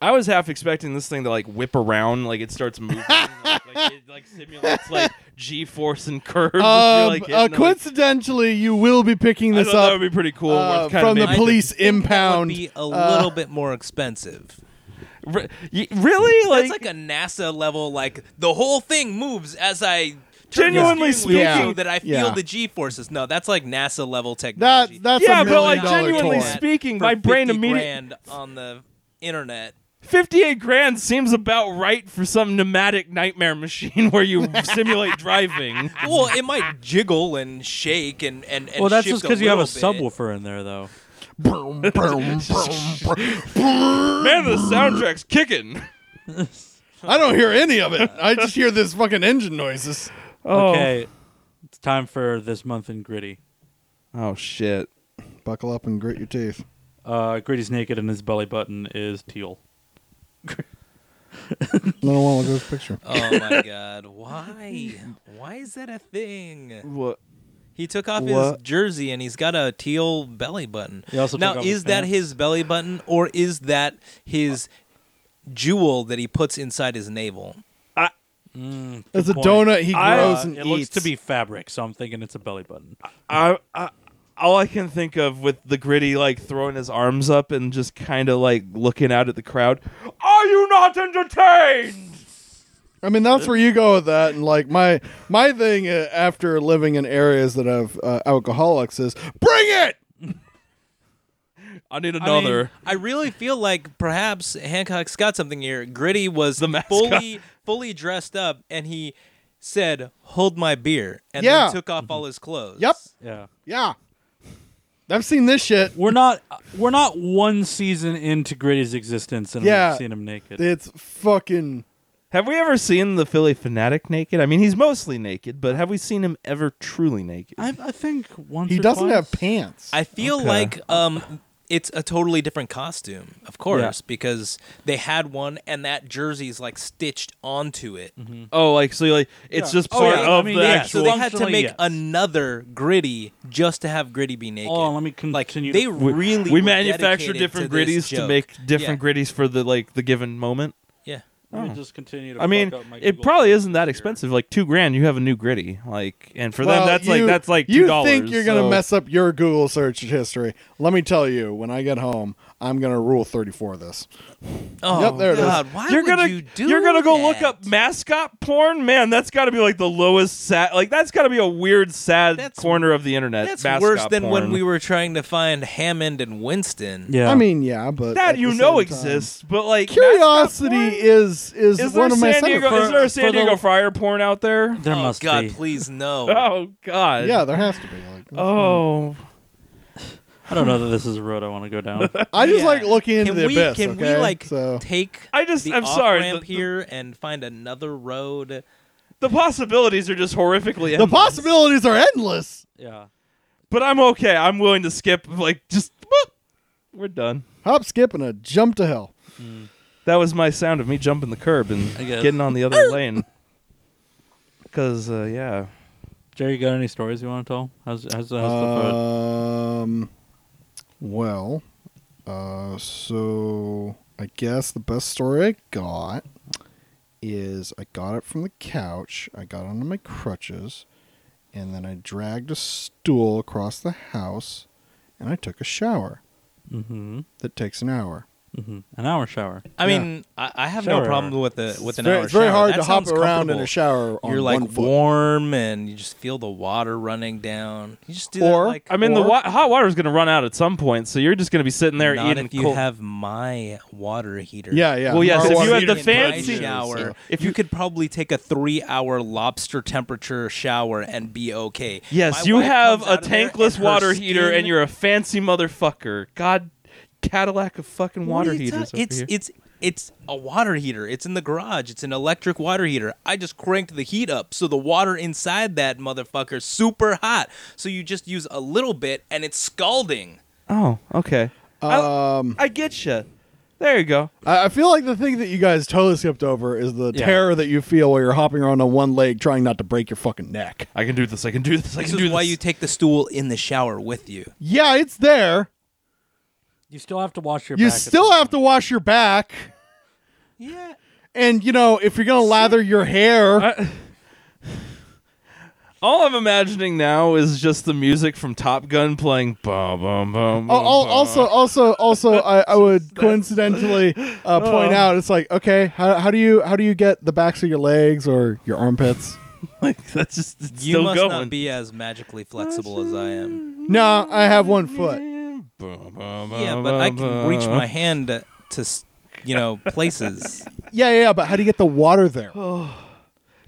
[SPEAKER 4] I was half expecting this thing to like whip around, like it starts moving, like, like it like simulates like G force and curves.
[SPEAKER 3] Um,
[SPEAKER 4] like, hitting
[SPEAKER 3] uh,
[SPEAKER 4] it, like-
[SPEAKER 3] coincidentally, you will be picking
[SPEAKER 4] I
[SPEAKER 3] this
[SPEAKER 4] thought that
[SPEAKER 3] up
[SPEAKER 4] would be pretty cool.
[SPEAKER 3] uh,
[SPEAKER 4] worth kinda
[SPEAKER 3] from the
[SPEAKER 4] making-
[SPEAKER 3] police impound.
[SPEAKER 2] That would be a
[SPEAKER 3] Uh,
[SPEAKER 2] little bit more expensive.
[SPEAKER 4] Re- y- really?
[SPEAKER 2] That's
[SPEAKER 4] Like,
[SPEAKER 2] like a NASA level. Like the whole thing moves as I
[SPEAKER 4] Genuinely
[SPEAKER 2] steering wheel
[SPEAKER 3] speaking-
[SPEAKER 2] so that I feel
[SPEAKER 3] Yeah.
[SPEAKER 2] the G forces. No, that's like NASA level
[SPEAKER 3] That
[SPEAKER 2] technology.
[SPEAKER 3] that's
[SPEAKER 4] yeah,
[SPEAKER 3] a
[SPEAKER 4] but
[SPEAKER 3] million
[SPEAKER 4] like
[SPEAKER 3] dollar
[SPEAKER 4] genuinely
[SPEAKER 3] toy.
[SPEAKER 4] speaking,
[SPEAKER 2] For
[SPEAKER 4] my brain
[SPEAKER 2] 50
[SPEAKER 4] immediately
[SPEAKER 2] grand on the internet.
[SPEAKER 4] 58 grand seems about right for some pneumatic nightmare machine where you simulate driving.
[SPEAKER 2] Well, it might jiggle and shake and and, and
[SPEAKER 1] well, that's
[SPEAKER 2] shift
[SPEAKER 1] just because you have a
[SPEAKER 2] little bit.
[SPEAKER 1] subwoofer in there, though.
[SPEAKER 3] Boom, boom, boom, boom.
[SPEAKER 4] Man, the soundtrack's kicking.
[SPEAKER 3] I don't hear any of it. I just hear this fucking engine noises.
[SPEAKER 1] Okay, Oh. it's time for this month in gritty.
[SPEAKER 4] Oh shit.
[SPEAKER 3] Buckle up and grit your teeth.
[SPEAKER 1] Uh, Gritty's naked and his belly button is teal.
[SPEAKER 3] No one will go to picture.
[SPEAKER 2] Oh my god! Why? Why is that a thing?
[SPEAKER 4] What?
[SPEAKER 2] He took off his
[SPEAKER 4] What?
[SPEAKER 2] jersey and he's got a teal belly button.
[SPEAKER 1] He also
[SPEAKER 2] now,
[SPEAKER 1] took off his
[SPEAKER 2] is that
[SPEAKER 1] pants.
[SPEAKER 2] his belly button or is that his jewel that he puts inside his navel?
[SPEAKER 3] It's a
[SPEAKER 1] point.
[SPEAKER 3] donut he
[SPEAKER 4] I-
[SPEAKER 3] grows
[SPEAKER 1] Uh,
[SPEAKER 3] and
[SPEAKER 1] it
[SPEAKER 3] eats.
[SPEAKER 1] looks to be fabric, so I'm thinking it's a belly button.
[SPEAKER 4] I, I all I can think of with the gritty like throwing his arms up and just kind of like looking out at the crowd. Are you not entertained?
[SPEAKER 3] I mean, that's where you go with that. And like my my thing uh, after living in areas that have uh, alcoholics is bring it.
[SPEAKER 4] I need
[SPEAKER 2] I mean,
[SPEAKER 4] another.
[SPEAKER 2] I really feel like perhaps Hancock's got something here. Gritty was
[SPEAKER 4] The mascot.
[SPEAKER 2] fully fully dressed up and he said, "Hold my beer," and
[SPEAKER 3] Yeah.
[SPEAKER 2] then took
[SPEAKER 4] Mm-hmm.
[SPEAKER 2] off all his clothes.
[SPEAKER 3] Yep.
[SPEAKER 1] Yeah,
[SPEAKER 3] Yeah, I've seen this shit.
[SPEAKER 1] we're not we're not one season into Gritty's existence, and
[SPEAKER 3] Yeah.
[SPEAKER 1] we've seen him naked.
[SPEAKER 3] It's fucking.
[SPEAKER 4] have we ever seen the Philly fanatic naked? I mean, he's mostly naked, but have we seen him ever truly naked?
[SPEAKER 1] I, I think once
[SPEAKER 3] He
[SPEAKER 1] or
[SPEAKER 3] doesn't
[SPEAKER 1] twice.
[SPEAKER 3] have pants.
[SPEAKER 2] I feel
[SPEAKER 4] Okay.
[SPEAKER 2] like um, it's a totally different costume, of course, because they had one and that jersey's like stitched onto it.
[SPEAKER 4] oh, like so, like it's just
[SPEAKER 1] Oh,
[SPEAKER 4] part
[SPEAKER 1] yeah, I
[SPEAKER 4] of
[SPEAKER 1] mean,
[SPEAKER 4] the
[SPEAKER 1] yeah,
[SPEAKER 4] actual.
[SPEAKER 2] So they had to
[SPEAKER 1] Functionally,
[SPEAKER 2] make
[SPEAKER 1] yes.
[SPEAKER 2] another gritty just to have gritty be naked.
[SPEAKER 1] Oh, let me continue.
[SPEAKER 2] like
[SPEAKER 1] to-
[SPEAKER 2] they really
[SPEAKER 4] we
[SPEAKER 2] were
[SPEAKER 4] manufacture
[SPEAKER 2] dedicated
[SPEAKER 4] different
[SPEAKER 2] to this
[SPEAKER 4] gritties to
[SPEAKER 2] joke.
[SPEAKER 4] make different gritties for the like the given moment.
[SPEAKER 2] Yeah.
[SPEAKER 1] let
[SPEAKER 3] Oh.
[SPEAKER 1] me just continue. To
[SPEAKER 4] I mean,
[SPEAKER 1] fuck up my
[SPEAKER 4] it
[SPEAKER 1] Google
[SPEAKER 4] probably
[SPEAKER 1] search
[SPEAKER 4] isn't that
[SPEAKER 1] here.
[SPEAKER 4] expensive. Like two grand, you have a new gritty. Like, and for them,
[SPEAKER 3] Well,
[SPEAKER 4] that's
[SPEAKER 3] you-
[SPEAKER 4] like that's like two
[SPEAKER 3] you
[SPEAKER 4] dollars.
[SPEAKER 3] think you're gonna
[SPEAKER 4] so-
[SPEAKER 3] mess up your Google search history? Let me tell you, when I get home, I'm gonna rule 34 this.
[SPEAKER 2] Oh,
[SPEAKER 3] Yep, there it is.
[SPEAKER 2] God, Why
[SPEAKER 4] You're
[SPEAKER 2] would
[SPEAKER 4] gonna
[SPEAKER 2] you do
[SPEAKER 4] are gonna go look
[SPEAKER 2] that?
[SPEAKER 4] up mascot porn, man. That's got to be like the lowest sad. Like that's got to be a weird sad
[SPEAKER 2] That's-
[SPEAKER 4] corner of the internet.
[SPEAKER 2] That's
[SPEAKER 4] mascot
[SPEAKER 2] worse than when
[SPEAKER 4] porn.
[SPEAKER 2] we were trying to find Hammond and Winston.
[SPEAKER 1] Yeah,
[SPEAKER 3] I mean, yeah, but at
[SPEAKER 4] that
[SPEAKER 3] the
[SPEAKER 4] you
[SPEAKER 3] same
[SPEAKER 4] know
[SPEAKER 3] time-
[SPEAKER 4] exists, but like mascot
[SPEAKER 3] Curiosity
[SPEAKER 4] porn?
[SPEAKER 3] is is,
[SPEAKER 4] Is there
[SPEAKER 3] one of my
[SPEAKER 4] San Diego?
[SPEAKER 3] centerfold-
[SPEAKER 4] Is there a San
[SPEAKER 1] for the-
[SPEAKER 4] Diego Friar porn out there?
[SPEAKER 1] there
[SPEAKER 2] oh
[SPEAKER 1] must
[SPEAKER 2] God,
[SPEAKER 1] be.
[SPEAKER 2] please no.
[SPEAKER 4] Oh God.
[SPEAKER 3] Yeah, there has to be. Like,
[SPEAKER 4] Oh.
[SPEAKER 1] I don't know that this is a road I want to go down.
[SPEAKER 3] I just
[SPEAKER 2] Yeah.
[SPEAKER 3] like looking into
[SPEAKER 2] Can
[SPEAKER 3] the
[SPEAKER 2] we
[SPEAKER 3] abyss.
[SPEAKER 2] can
[SPEAKER 3] okay?
[SPEAKER 2] we like
[SPEAKER 3] so
[SPEAKER 2] take
[SPEAKER 4] I just-
[SPEAKER 2] the
[SPEAKER 4] I'm sorry,
[SPEAKER 2] ramp
[SPEAKER 4] the- the-
[SPEAKER 2] here and find another road?
[SPEAKER 4] The possibilities are just horrifically
[SPEAKER 3] the
[SPEAKER 4] endless.
[SPEAKER 3] possibilities are endless.
[SPEAKER 1] yeah.
[SPEAKER 4] but I'm okay. I'm willing to skip. Like just, boop. we're done.
[SPEAKER 3] Hop, skip, and a jump to hell.
[SPEAKER 4] That was my sound of me jumping the curb and
[SPEAKER 1] I guess.
[SPEAKER 4] getting on the other lane. Cause uh, yeah,
[SPEAKER 1] Jerry, you got any stories you want to tell? How's how's, how's
[SPEAKER 3] Uh,
[SPEAKER 1] the food?
[SPEAKER 3] Um, well, uh, so I guess the best story I got is I got up from the couch, I got onto my crutches, and then I dragged a stool across the house, and I took a shower
[SPEAKER 1] Mm-hmm.
[SPEAKER 3] that takes an hour.
[SPEAKER 1] Mm-hmm. An hour shower.
[SPEAKER 2] I
[SPEAKER 3] Yeah.
[SPEAKER 2] mean, I, I have
[SPEAKER 1] Shower.
[SPEAKER 2] no problem with the with an
[SPEAKER 3] very,
[SPEAKER 2] hour.
[SPEAKER 3] it's very
[SPEAKER 2] shower.
[SPEAKER 3] hard
[SPEAKER 2] That
[SPEAKER 3] to hop
[SPEAKER 2] sounds
[SPEAKER 3] around in
[SPEAKER 2] comfortable.
[SPEAKER 3] a shower on
[SPEAKER 2] You're like
[SPEAKER 3] one foot.
[SPEAKER 2] warm and you just feel the water running down. You just do that,
[SPEAKER 3] Or-
[SPEAKER 2] like
[SPEAKER 4] I mean the
[SPEAKER 3] Or-
[SPEAKER 4] wa- hot water is gonna run out at some point, so you're just gonna be sitting there
[SPEAKER 2] not
[SPEAKER 4] eating
[SPEAKER 2] if you
[SPEAKER 4] cold.
[SPEAKER 2] have my water heater.
[SPEAKER 3] Yeah, yeah.
[SPEAKER 4] Well, yes,
[SPEAKER 3] Our
[SPEAKER 4] if
[SPEAKER 3] water
[SPEAKER 4] you had the
[SPEAKER 3] heater's pretty
[SPEAKER 4] fancy-
[SPEAKER 3] good,
[SPEAKER 2] shower,
[SPEAKER 3] so-
[SPEAKER 2] if you could probably take a three-hour lobster temperature shower and be okay.
[SPEAKER 4] yes,
[SPEAKER 2] My
[SPEAKER 4] you
[SPEAKER 2] wife
[SPEAKER 4] have
[SPEAKER 2] comes
[SPEAKER 4] a
[SPEAKER 2] out of there
[SPEAKER 4] tankless
[SPEAKER 2] and her
[SPEAKER 4] water heater,
[SPEAKER 2] skin-
[SPEAKER 4] and you're a fancy motherfucker. God, Cadillac of fucking
[SPEAKER 2] What are
[SPEAKER 4] water
[SPEAKER 2] you
[SPEAKER 4] heaters.
[SPEAKER 2] talking-
[SPEAKER 4] over
[SPEAKER 2] It's
[SPEAKER 4] here.
[SPEAKER 2] it's it's a water heater. It's in the garage. It's an electric water heater. I just cranked the heat up so the water inside that motherfucker super hot. So you just use a little bit and it's scalding.
[SPEAKER 4] oh okay.
[SPEAKER 3] Um,
[SPEAKER 4] I get you. There you go.
[SPEAKER 3] I I feel like the thing that you guys totally skipped over is the
[SPEAKER 1] Yeah.
[SPEAKER 3] terror that you feel while you're hopping around on one leg trying not to break your fucking neck.
[SPEAKER 4] I can do this. I can do this. I
[SPEAKER 2] This
[SPEAKER 4] can
[SPEAKER 2] is
[SPEAKER 4] do
[SPEAKER 2] why
[SPEAKER 4] this.
[SPEAKER 2] you take the stool in the shower with you.
[SPEAKER 3] Yeah, it's there.
[SPEAKER 1] You still have to wash your.
[SPEAKER 3] you
[SPEAKER 1] back at
[SPEAKER 3] still
[SPEAKER 1] some
[SPEAKER 3] have to wash your back.
[SPEAKER 2] Yeah.
[SPEAKER 3] And, you know, if you're going to lather your hair,
[SPEAKER 4] I- all I'm imagining now is just the music from Top Gun playing. Bum, bum, bum,
[SPEAKER 3] Al-
[SPEAKER 4] bum,
[SPEAKER 3] al-
[SPEAKER 4] bum.
[SPEAKER 3] also, also, also, I, I would coincidentally
[SPEAKER 4] Oh.
[SPEAKER 3] uh, point out it's like, okay, how, how do you how do you get the backs of your legs or your armpits?
[SPEAKER 4] like that's just it's
[SPEAKER 2] You
[SPEAKER 4] still
[SPEAKER 2] must
[SPEAKER 4] going.
[SPEAKER 2] not be as magically flexible as I am.
[SPEAKER 3] No, I have one foot.
[SPEAKER 2] Yeah, but I can reach my hand to, s- you know, places.
[SPEAKER 3] Yeah, yeah, yeah, but how do you get the water there?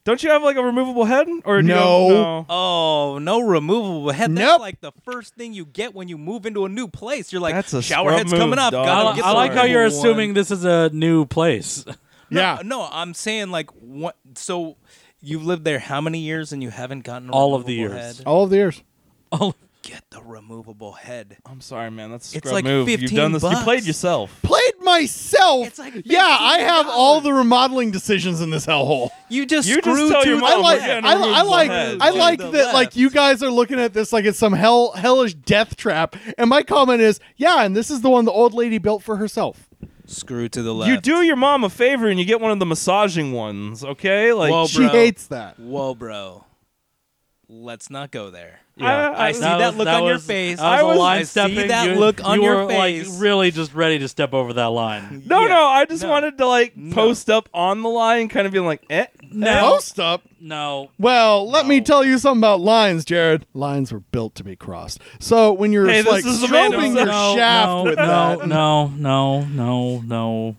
[SPEAKER 4] Don't you have like a removable head? Or do you-
[SPEAKER 3] No.
[SPEAKER 2] Oh, no removable head. That's
[SPEAKER 3] Nope.
[SPEAKER 2] like the first thing you get when you move into a new place. You're like,
[SPEAKER 4] That's a
[SPEAKER 2] shower
[SPEAKER 4] scrub
[SPEAKER 2] head's
[SPEAKER 4] move,
[SPEAKER 2] coming up.
[SPEAKER 4] dog.
[SPEAKER 1] I,
[SPEAKER 2] Gotta
[SPEAKER 1] li-
[SPEAKER 2] get
[SPEAKER 1] I
[SPEAKER 2] the
[SPEAKER 1] like how you're
[SPEAKER 2] removable one."
[SPEAKER 1] assuming this is a new place.
[SPEAKER 2] No,
[SPEAKER 3] yeah.
[SPEAKER 2] No, I'm saying like what? So you've lived there how many years and you haven't gotten a
[SPEAKER 1] All of the
[SPEAKER 2] removable
[SPEAKER 1] years.
[SPEAKER 2] head?
[SPEAKER 3] All of the ears.
[SPEAKER 1] Oh,
[SPEAKER 2] Get the removable head.
[SPEAKER 4] I'm sorry, man. That's a
[SPEAKER 2] It's
[SPEAKER 4] scrub
[SPEAKER 2] like
[SPEAKER 4] move. You've
[SPEAKER 2] 15
[SPEAKER 4] done this. You
[SPEAKER 2] bucks.
[SPEAKER 4] played yourself.
[SPEAKER 3] Played myself.
[SPEAKER 2] It's like
[SPEAKER 3] yeah, I have all
[SPEAKER 2] $15.
[SPEAKER 3] the remodeling decisions in this hellhole.
[SPEAKER 2] You just
[SPEAKER 4] You just
[SPEAKER 2] screw
[SPEAKER 4] tell
[SPEAKER 2] to
[SPEAKER 4] your
[SPEAKER 2] the
[SPEAKER 4] mom,
[SPEAKER 3] I like,
[SPEAKER 4] we're
[SPEAKER 2] left.
[SPEAKER 4] Oh, getting
[SPEAKER 3] I,
[SPEAKER 4] a
[SPEAKER 3] I like,
[SPEAKER 4] removal
[SPEAKER 3] I
[SPEAKER 4] head.
[SPEAKER 3] like
[SPEAKER 2] To
[SPEAKER 3] that.
[SPEAKER 2] the
[SPEAKER 3] Like
[SPEAKER 2] left.
[SPEAKER 3] you guys are looking at this like it's some hell, hellish death trap. And my comment is, yeah, and this is the one the old lady built for herself.
[SPEAKER 2] Screw to the left.
[SPEAKER 4] You do your mom a favor and you get one of the massaging ones, okay? Like
[SPEAKER 2] Well,
[SPEAKER 3] she
[SPEAKER 2] bro.
[SPEAKER 3] hates that.
[SPEAKER 2] Whoa, bro. Let's not go there.
[SPEAKER 4] I-
[SPEAKER 2] I see that,
[SPEAKER 1] was-
[SPEAKER 2] look on your
[SPEAKER 1] was-
[SPEAKER 2] face.
[SPEAKER 1] That was a
[SPEAKER 4] I was-
[SPEAKER 1] line
[SPEAKER 2] I
[SPEAKER 1] stepping.
[SPEAKER 2] see that
[SPEAKER 1] you,
[SPEAKER 2] look on
[SPEAKER 1] you
[SPEAKER 2] your
[SPEAKER 1] were,
[SPEAKER 2] face.
[SPEAKER 1] Like, really, just ready to step over that line.
[SPEAKER 4] no,
[SPEAKER 2] Yeah.
[SPEAKER 4] no, I just
[SPEAKER 2] No.
[SPEAKER 4] wanted to like
[SPEAKER 2] No.
[SPEAKER 4] post up on the line, kind of being like, eh.
[SPEAKER 1] No,
[SPEAKER 3] Post up.
[SPEAKER 1] no.
[SPEAKER 3] Well, let me
[SPEAKER 1] No.
[SPEAKER 3] tell you something about lines, Jared. Lines were built to be crossed. So when you're
[SPEAKER 4] Hey, this
[SPEAKER 3] like
[SPEAKER 4] is Amanda.
[SPEAKER 3] strobing
[SPEAKER 1] no,
[SPEAKER 3] your
[SPEAKER 1] no,
[SPEAKER 3] shaft
[SPEAKER 1] no,
[SPEAKER 3] with
[SPEAKER 1] no,
[SPEAKER 3] that,
[SPEAKER 1] no, no, no, no.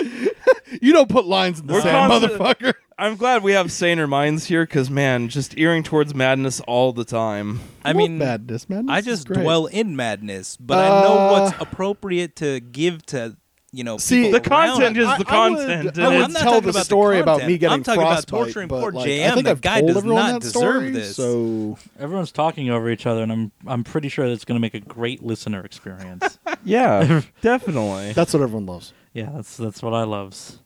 [SPEAKER 3] you don't put lines in the
[SPEAKER 4] We're
[SPEAKER 3] sand,
[SPEAKER 4] constant-
[SPEAKER 3] motherfucker.
[SPEAKER 4] I'm glad we have saner minds here, because man, just eering towards madness all the time.
[SPEAKER 2] I
[SPEAKER 3] What
[SPEAKER 2] mean,
[SPEAKER 3] madness, man.
[SPEAKER 2] I
[SPEAKER 3] This is
[SPEAKER 2] just
[SPEAKER 3] great.
[SPEAKER 2] dwell in madness, but I know
[SPEAKER 3] Uh,
[SPEAKER 2] what's appropriate to give to you know.
[SPEAKER 3] See,
[SPEAKER 4] The
[SPEAKER 2] people around
[SPEAKER 4] content
[SPEAKER 2] me.
[SPEAKER 4] is
[SPEAKER 3] I-
[SPEAKER 4] the
[SPEAKER 3] I would-
[SPEAKER 4] content.
[SPEAKER 3] I
[SPEAKER 4] and
[SPEAKER 3] would
[SPEAKER 4] it's-
[SPEAKER 2] I'm not
[SPEAKER 3] tell
[SPEAKER 2] talking
[SPEAKER 3] the
[SPEAKER 2] about the
[SPEAKER 3] story about
[SPEAKER 2] content.
[SPEAKER 3] me getting
[SPEAKER 2] I'm talking about
[SPEAKER 3] frostbite,
[SPEAKER 2] torturing
[SPEAKER 3] but,
[SPEAKER 2] poor
[SPEAKER 3] like, I
[SPEAKER 2] JM.
[SPEAKER 3] think
[SPEAKER 2] The
[SPEAKER 3] I've
[SPEAKER 2] guy
[SPEAKER 3] told
[SPEAKER 2] does
[SPEAKER 3] everyone
[SPEAKER 2] not
[SPEAKER 3] that
[SPEAKER 2] deserve
[SPEAKER 3] story,
[SPEAKER 2] this.
[SPEAKER 3] So
[SPEAKER 1] Everyone's talking over each other, and I'm I'm pretty sure that's going to make a great listener experience.
[SPEAKER 4] yeah, definitely.
[SPEAKER 3] that's what everyone loves.
[SPEAKER 1] yeah, that's that's what I loves.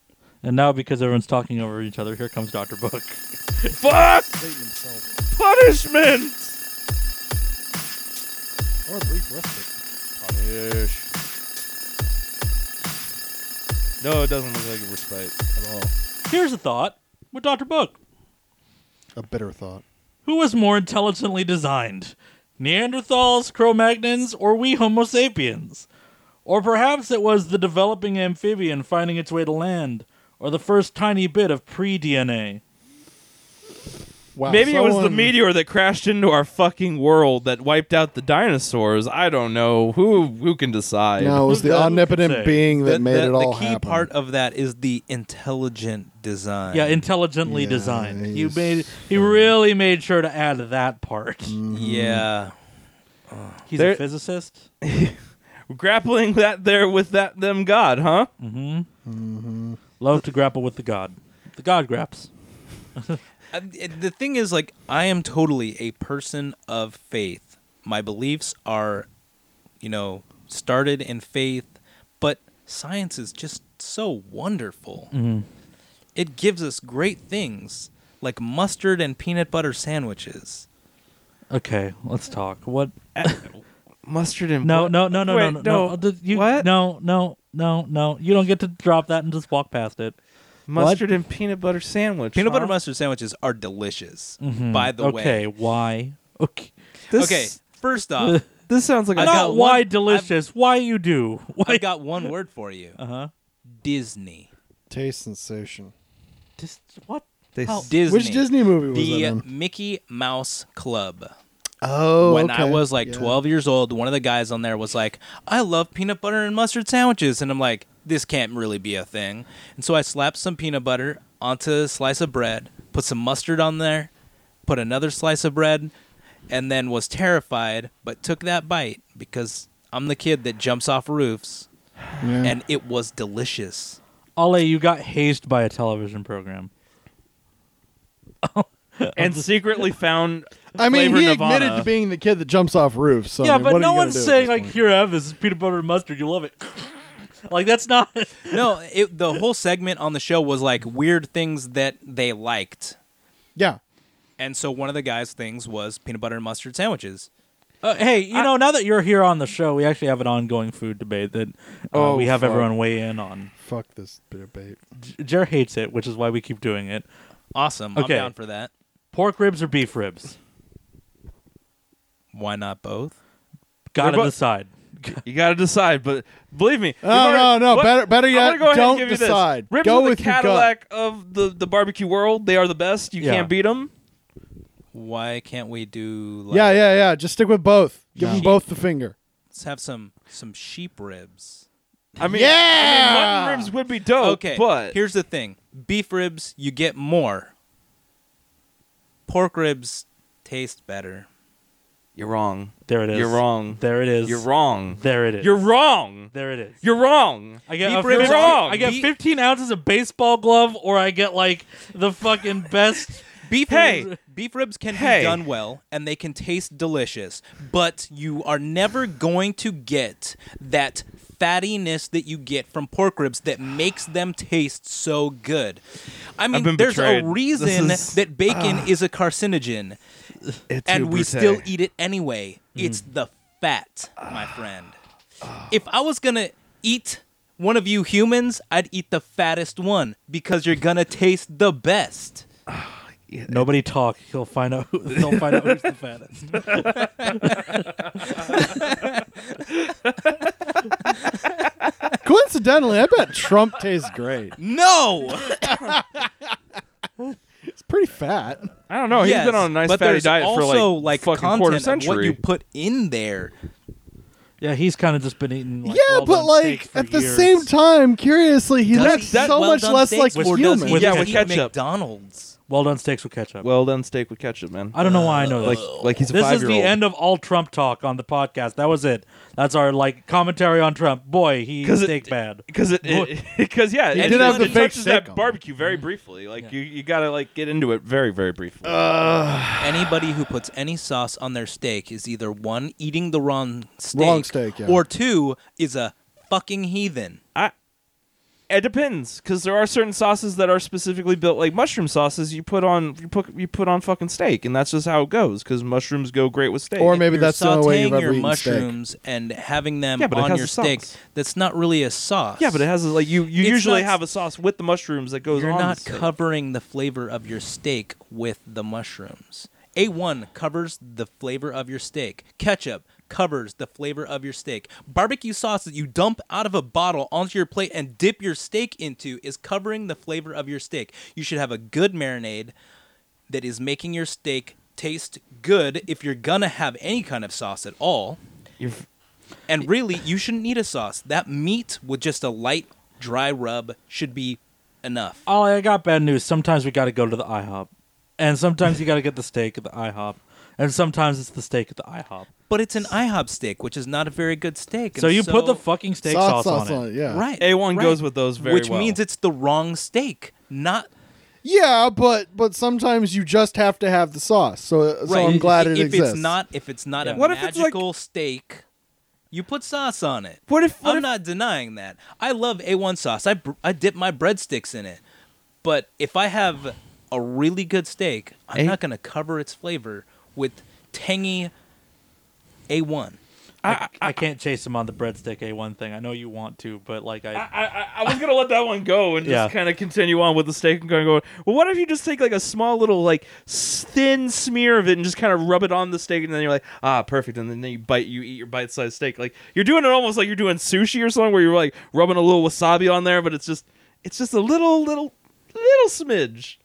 [SPEAKER 1] And now because everyone's talking over each other, here comes Doctor Book.
[SPEAKER 4] Fuck! Punishment! Punish. No, it doesn't look like a respite at all.
[SPEAKER 1] Here's a thought with Doctor Book.
[SPEAKER 3] A bitter thought.
[SPEAKER 1] Who was more intelligently designed? Neanderthals, Cro Magnons, or we Homo sapiens? Or perhaps it was the developing amphibian finding its way to land, or the first tiny bit of pre DNA.
[SPEAKER 3] Wow,
[SPEAKER 4] Maybe it was the
[SPEAKER 3] someone-
[SPEAKER 4] meteor that crashed into our fucking world that wiped out the dinosaurs. I don't know. Who who can decide?
[SPEAKER 3] No, it was the
[SPEAKER 1] Who can
[SPEAKER 3] omnipotent
[SPEAKER 1] say?
[SPEAKER 3] being that
[SPEAKER 2] the,
[SPEAKER 3] made
[SPEAKER 2] the-
[SPEAKER 3] it
[SPEAKER 2] the
[SPEAKER 3] all
[SPEAKER 2] key
[SPEAKER 3] happen.
[SPEAKER 2] part of that is the intelligent design.
[SPEAKER 1] Yeah, intelligently
[SPEAKER 3] Yeah,
[SPEAKER 1] designed. He
[SPEAKER 3] he's-
[SPEAKER 1] made he really made sure to add that part.
[SPEAKER 2] Mm.
[SPEAKER 3] Mm-hmm.
[SPEAKER 2] yeah.
[SPEAKER 1] He's
[SPEAKER 4] There-
[SPEAKER 1] a physicist.
[SPEAKER 4] Grappling that there with that them god, huh?
[SPEAKER 1] Love to grapple with the god. The god graps.
[SPEAKER 2] I- Uh, the thing is like i am totally a person of faith my beliefs are you know started in faith but science is just so wonderful it gives us great things like mustard and peanut butter sandwiches
[SPEAKER 1] Okay, let's talk. What?
[SPEAKER 4] Mustard and
[SPEAKER 1] No,
[SPEAKER 4] what?
[SPEAKER 1] no, no, no,
[SPEAKER 4] Wait,
[SPEAKER 1] no, no,
[SPEAKER 4] no.
[SPEAKER 1] no. You,
[SPEAKER 4] What?
[SPEAKER 1] No, no, no, no. You don't get to drop that and just walk past it.
[SPEAKER 4] mustard and peanut butter sandwich.
[SPEAKER 2] peanut
[SPEAKER 4] huh?
[SPEAKER 2] butter mustard sandwiches are delicious by the
[SPEAKER 1] okay,
[SPEAKER 2] way
[SPEAKER 1] why? Okay.
[SPEAKER 4] This,
[SPEAKER 2] okay first off
[SPEAKER 4] this sounds like
[SPEAKER 2] I
[SPEAKER 4] a
[SPEAKER 1] Not
[SPEAKER 2] got
[SPEAKER 1] why
[SPEAKER 2] one-
[SPEAKER 1] delicious. why you do?
[SPEAKER 2] i
[SPEAKER 1] Why?
[SPEAKER 2] got one word for you
[SPEAKER 1] Uh huh.
[SPEAKER 2] disney
[SPEAKER 3] taste sensation.
[SPEAKER 1] Just what?
[SPEAKER 4] They
[SPEAKER 1] How-
[SPEAKER 4] s-
[SPEAKER 2] disney
[SPEAKER 3] Which Disney movie was that
[SPEAKER 2] the
[SPEAKER 3] in?
[SPEAKER 2] mickey mouse club
[SPEAKER 3] Oh,
[SPEAKER 2] when I
[SPEAKER 3] okay.
[SPEAKER 2] was like
[SPEAKER 3] Yeah.
[SPEAKER 2] 12 years old, one of the guys on there was like, I love peanut butter and mustard sandwiches. And I'm like, this can't really be a thing. And so I slapped some peanut butter onto a slice of bread, put some mustard on there, put another slice of bread, and then was terrified, but took that bite because I'm the kid that jumps off roofs.
[SPEAKER 3] Yeah.
[SPEAKER 2] And it was delicious.
[SPEAKER 1] Ollie, you got hazed by a television program.
[SPEAKER 4] and secretly found.
[SPEAKER 3] I mean,
[SPEAKER 4] Flavor
[SPEAKER 3] he
[SPEAKER 4] Nirvana.
[SPEAKER 3] admitted to being the kid that jumps off roofs. So, I
[SPEAKER 1] yeah,
[SPEAKER 3] mean,
[SPEAKER 1] but
[SPEAKER 3] what are
[SPEAKER 1] no
[SPEAKER 3] you gonna
[SPEAKER 1] one's
[SPEAKER 3] do at
[SPEAKER 1] saying
[SPEAKER 3] this
[SPEAKER 1] like,
[SPEAKER 3] point?
[SPEAKER 1] "Here, have this. It's peanut butter and mustard. You love it." like that's not.
[SPEAKER 2] No, it, the whole segment on the show was like weird things that they liked.
[SPEAKER 3] Yeah,
[SPEAKER 2] And so one of the guys' things was peanut butter and mustard sandwiches.
[SPEAKER 1] Uh, hey, you know, now that you're here on the show, we actually have an ongoing food debate that uh,
[SPEAKER 4] Oh,
[SPEAKER 1] we have
[SPEAKER 4] fuck.
[SPEAKER 1] everyone weigh in on.
[SPEAKER 3] fuck this debate.
[SPEAKER 1] J- Jer hates it, which is why we keep doing it.
[SPEAKER 2] Awesome.
[SPEAKER 1] Okay.
[SPEAKER 2] I'm down for that.
[SPEAKER 1] Pork ribs or beef ribs?
[SPEAKER 2] Why not both?
[SPEAKER 1] Got to
[SPEAKER 4] They're bo-
[SPEAKER 1] decide. God.
[SPEAKER 4] You gotta decide, but believe me.
[SPEAKER 3] No,
[SPEAKER 4] we've
[SPEAKER 3] no, no, better- better
[SPEAKER 4] I'm
[SPEAKER 3] yet,
[SPEAKER 4] gonna go ahead and
[SPEAKER 3] don't
[SPEAKER 4] give you this.
[SPEAKER 3] decide.
[SPEAKER 4] Ribs
[SPEAKER 3] Go
[SPEAKER 4] are the
[SPEAKER 3] with your gut.
[SPEAKER 4] Cadillac of the, the barbecue world. They are the best. You
[SPEAKER 1] Yeah.
[SPEAKER 4] can't beat them.
[SPEAKER 2] Why can't we do? Like,
[SPEAKER 3] Yeah, yeah, yeah. Just stick with both. Give them both the finger.
[SPEAKER 2] Let's have some some sheep ribs.
[SPEAKER 4] I mean,
[SPEAKER 3] Yeah!
[SPEAKER 4] I mean, mutton ribs would be dope.
[SPEAKER 2] okay,
[SPEAKER 4] Oh, but
[SPEAKER 2] here's the thing: beef ribs, you get more. Pork ribs taste better.
[SPEAKER 4] you're wrong.
[SPEAKER 1] There it is.
[SPEAKER 4] You're wrong.
[SPEAKER 1] There it is.
[SPEAKER 4] You're wrong.
[SPEAKER 1] There it is.
[SPEAKER 4] You're wrong.
[SPEAKER 1] There it is.
[SPEAKER 4] You're wrong.
[SPEAKER 1] I get
[SPEAKER 2] Beef
[SPEAKER 1] a
[SPEAKER 2] ribs
[SPEAKER 1] fifteen-
[SPEAKER 4] are-
[SPEAKER 1] I get
[SPEAKER 2] beef-
[SPEAKER 1] 15 ounces of baseball glove, or I get like the fucking best.
[SPEAKER 2] Beef
[SPEAKER 4] Hey!
[SPEAKER 2] ribs, beef ribs can
[SPEAKER 4] Hey!
[SPEAKER 2] be done well and they can taste delicious, but you are never going to get that fattiness that you get from pork ribs that makes them taste so good. I mean,
[SPEAKER 4] been
[SPEAKER 2] there's
[SPEAKER 4] betrayed.
[SPEAKER 2] a
[SPEAKER 4] This
[SPEAKER 2] reason
[SPEAKER 4] is- Ah.
[SPEAKER 2] that bacon is a carcinogen and we still eat it anyway.
[SPEAKER 4] Mm.
[SPEAKER 2] It's the fat, my
[SPEAKER 4] Ah.
[SPEAKER 2] friend. If I was gonna eat one of you humans, I'd eat the fattest one because you're gonna taste the best.
[SPEAKER 1] Nobody talk. He'll find out. Who, he'll find out who's the fattest.
[SPEAKER 3] Coincidentally, I bet Trump tastes great.
[SPEAKER 2] No,
[SPEAKER 3] It's pretty fat.
[SPEAKER 4] I don't know.
[SPEAKER 2] Yes,
[SPEAKER 4] Oh, he's been on a nice
[SPEAKER 2] but
[SPEAKER 4] fatty
[SPEAKER 2] there's
[SPEAKER 4] diet for like,
[SPEAKER 2] also like
[SPEAKER 4] fucking
[SPEAKER 2] content
[SPEAKER 4] quarter
[SPEAKER 2] of
[SPEAKER 4] century.
[SPEAKER 2] What you put in there?
[SPEAKER 1] Yeah, he's kind of just been eating. Like,
[SPEAKER 3] yeah,
[SPEAKER 1] well
[SPEAKER 3] but
[SPEAKER 1] done
[SPEAKER 3] like
[SPEAKER 1] steaks for
[SPEAKER 3] at the
[SPEAKER 1] years.
[SPEAKER 3] same time, curiously, he
[SPEAKER 2] Does
[SPEAKER 3] looks
[SPEAKER 2] he eat
[SPEAKER 3] so
[SPEAKER 2] well
[SPEAKER 3] much
[SPEAKER 2] done
[SPEAKER 3] less
[SPEAKER 2] steaks
[SPEAKER 3] like
[SPEAKER 2] or does
[SPEAKER 3] human.
[SPEAKER 2] he
[SPEAKER 4] Yeah,
[SPEAKER 2] just
[SPEAKER 4] with
[SPEAKER 2] eat
[SPEAKER 4] ketchup.
[SPEAKER 2] McDonald's.
[SPEAKER 1] well done steaks with ketchup.
[SPEAKER 4] well done steak with ketchup, man.
[SPEAKER 1] I don't know why I know that.
[SPEAKER 4] like like he's a
[SPEAKER 1] this
[SPEAKER 4] five
[SPEAKER 1] is
[SPEAKER 4] year
[SPEAKER 1] the
[SPEAKER 4] old.
[SPEAKER 1] end of all Trump talk on the podcast. That was it. That's our like commentary on Trump. Boy, he
[SPEAKER 4] 'Cause it-
[SPEAKER 1] steak bad.
[SPEAKER 4] because it because yeah,
[SPEAKER 3] He
[SPEAKER 4] it-
[SPEAKER 3] did have
[SPEAKER 4] it
[SPEAKER 3] the fake
[SPEAKER 4] touches that
[SPEAKER 3] steak on.
[SPEAKER 4] barbecue very briefly. Like you, you gotta like get into it very very briefly.
[SPEAKER 3] Uh.
[SPEAKER 2] Anybody who puts any sauce on their steak is either one eating the wrong steak,
[SPEAKER 3] Wrong steak, yeah.
[SPEAKER 2] or two is a fucking heathen.
[SPEAKER 4] I it depends because there are certain sauces that are specifically built like mushroom sauces. You put on you put you put on fucking steak, and that's just how it goes because mushrooms go great with steak.
[SPEAKER 3] Or maybe
[SPEAKER 2] You're
[SPEAKER 3] that's the only way
[SPEAKER 2] sautéing
[SPEAKER 3] you've ever
[SPEAKER 2] your
[SPEAKER 3] eaten steak.
[SPEAKER 2] mushrooms and having them
[SPEAKER 4] Yeah, but it
[SPEAKER 2] on
[SPEAKER 4] has
[SPEAKER 2] your
[SPEAKER 4] a sauce.
[SPEAKER 2] steak. That's not really a sauce.
[SPEAKER 4] yeah, but it has like you you
[SPEAKER 2] It's
[SPEAKER 4] usually
[SPEAKER 2] not-
[SPEAKER 4] have a sauce with the mushrooms that goes
[SPEAKER 2] You're
[SPEAKER 4] on. the
[SPEAKER 2] not
[SPEAKER 4] steak.
[SPEAKER 2] covering the flavor of your steak with the mushrooms. A1 covers the flavor of your steak. Ketchup covers the flavor of your steak. Barbecue sauce that you dump out of a bottle onto your plate and dip your steak into is covering the flavor of your steak. You should have a good marinade that is making your steak taste good if you're gonna have any kind of sauce at all.
[SPEAKER 4] You're-
[SPEAKER 2] And really, you shouldn't need a sauce. That meat with just a light, dry rub should be enough.
[SPEAKER 1] Ollie, Oh, I got bad news. Sometimes we got to go to the IHOP, and sometimes you got to get the steak at the IHOP, and sometimes it's the steak at the IHOP.
[SPEAKER 2] But it's an IHOP steak, which is not a very good steak.
[SPEAKER 1] So
[SPEAKER 2] and
[SPEAKER 1] you put the fucking steak sauce, on, it.
[SPEAKER 3] yeah.
[SPEAKER 2] right.
[SPEAKER 4] A1
[SPEAKER 2] right.
[SPEAKER 4] goes with those very
[SPEAKER 2] which
[SPEAKER 4] well.
[SPEAKER 2] means it's the wrong steak. Not
[SPEAKER 3] Yeah, but but sometimes you just have to have the sauce. So uh, so
[SPEAKER 2] right.
[SPEAKER 3] I'm glad
[SPEAKER 2] if,
[SPEAKER 3] it
[SPEAKER 2] if
[SPEAKER 3] exists.
[SPEAKER 2] it's not if it's not a
[SPEAKER 1] Yeah.
[SPEAKER 4] What if it's like-
[SPEAKER 2] magical steak, you put sauce on it.
[SPEAKER 4] What if what
[SPEAKER 2] I'm
[SPEAKER 4] if-
[SPEAKER 2] not denying that. I love A1 sauce. I br- I dip my breadsticks in it. But if I have a really good steak, I'm
[SPEAKER 4] A-
[SPEAKER 2] not going to cover its flavor with tangy A1.
[SPEAKER 1] I, I can't chase him on the breadstick A1 thing. I know you want to, but like I,
[SPEAKER 4] I, I, I was gonna let that one go and just
[SPEAKER 1] Yeah.
[SPEAKER 4] kind of continue on with the steak and going, going. Well, what if you just take like a small little like s- thin smear of it and just kind of rub it on the steak and then you're like, ah, perfect. And then you bite, you eat your bite-sized steak. Like you're doing it almost like you're doing sushi or something, where you're like rubbing a little wasabi on there, but it's just it's just a little little little smidge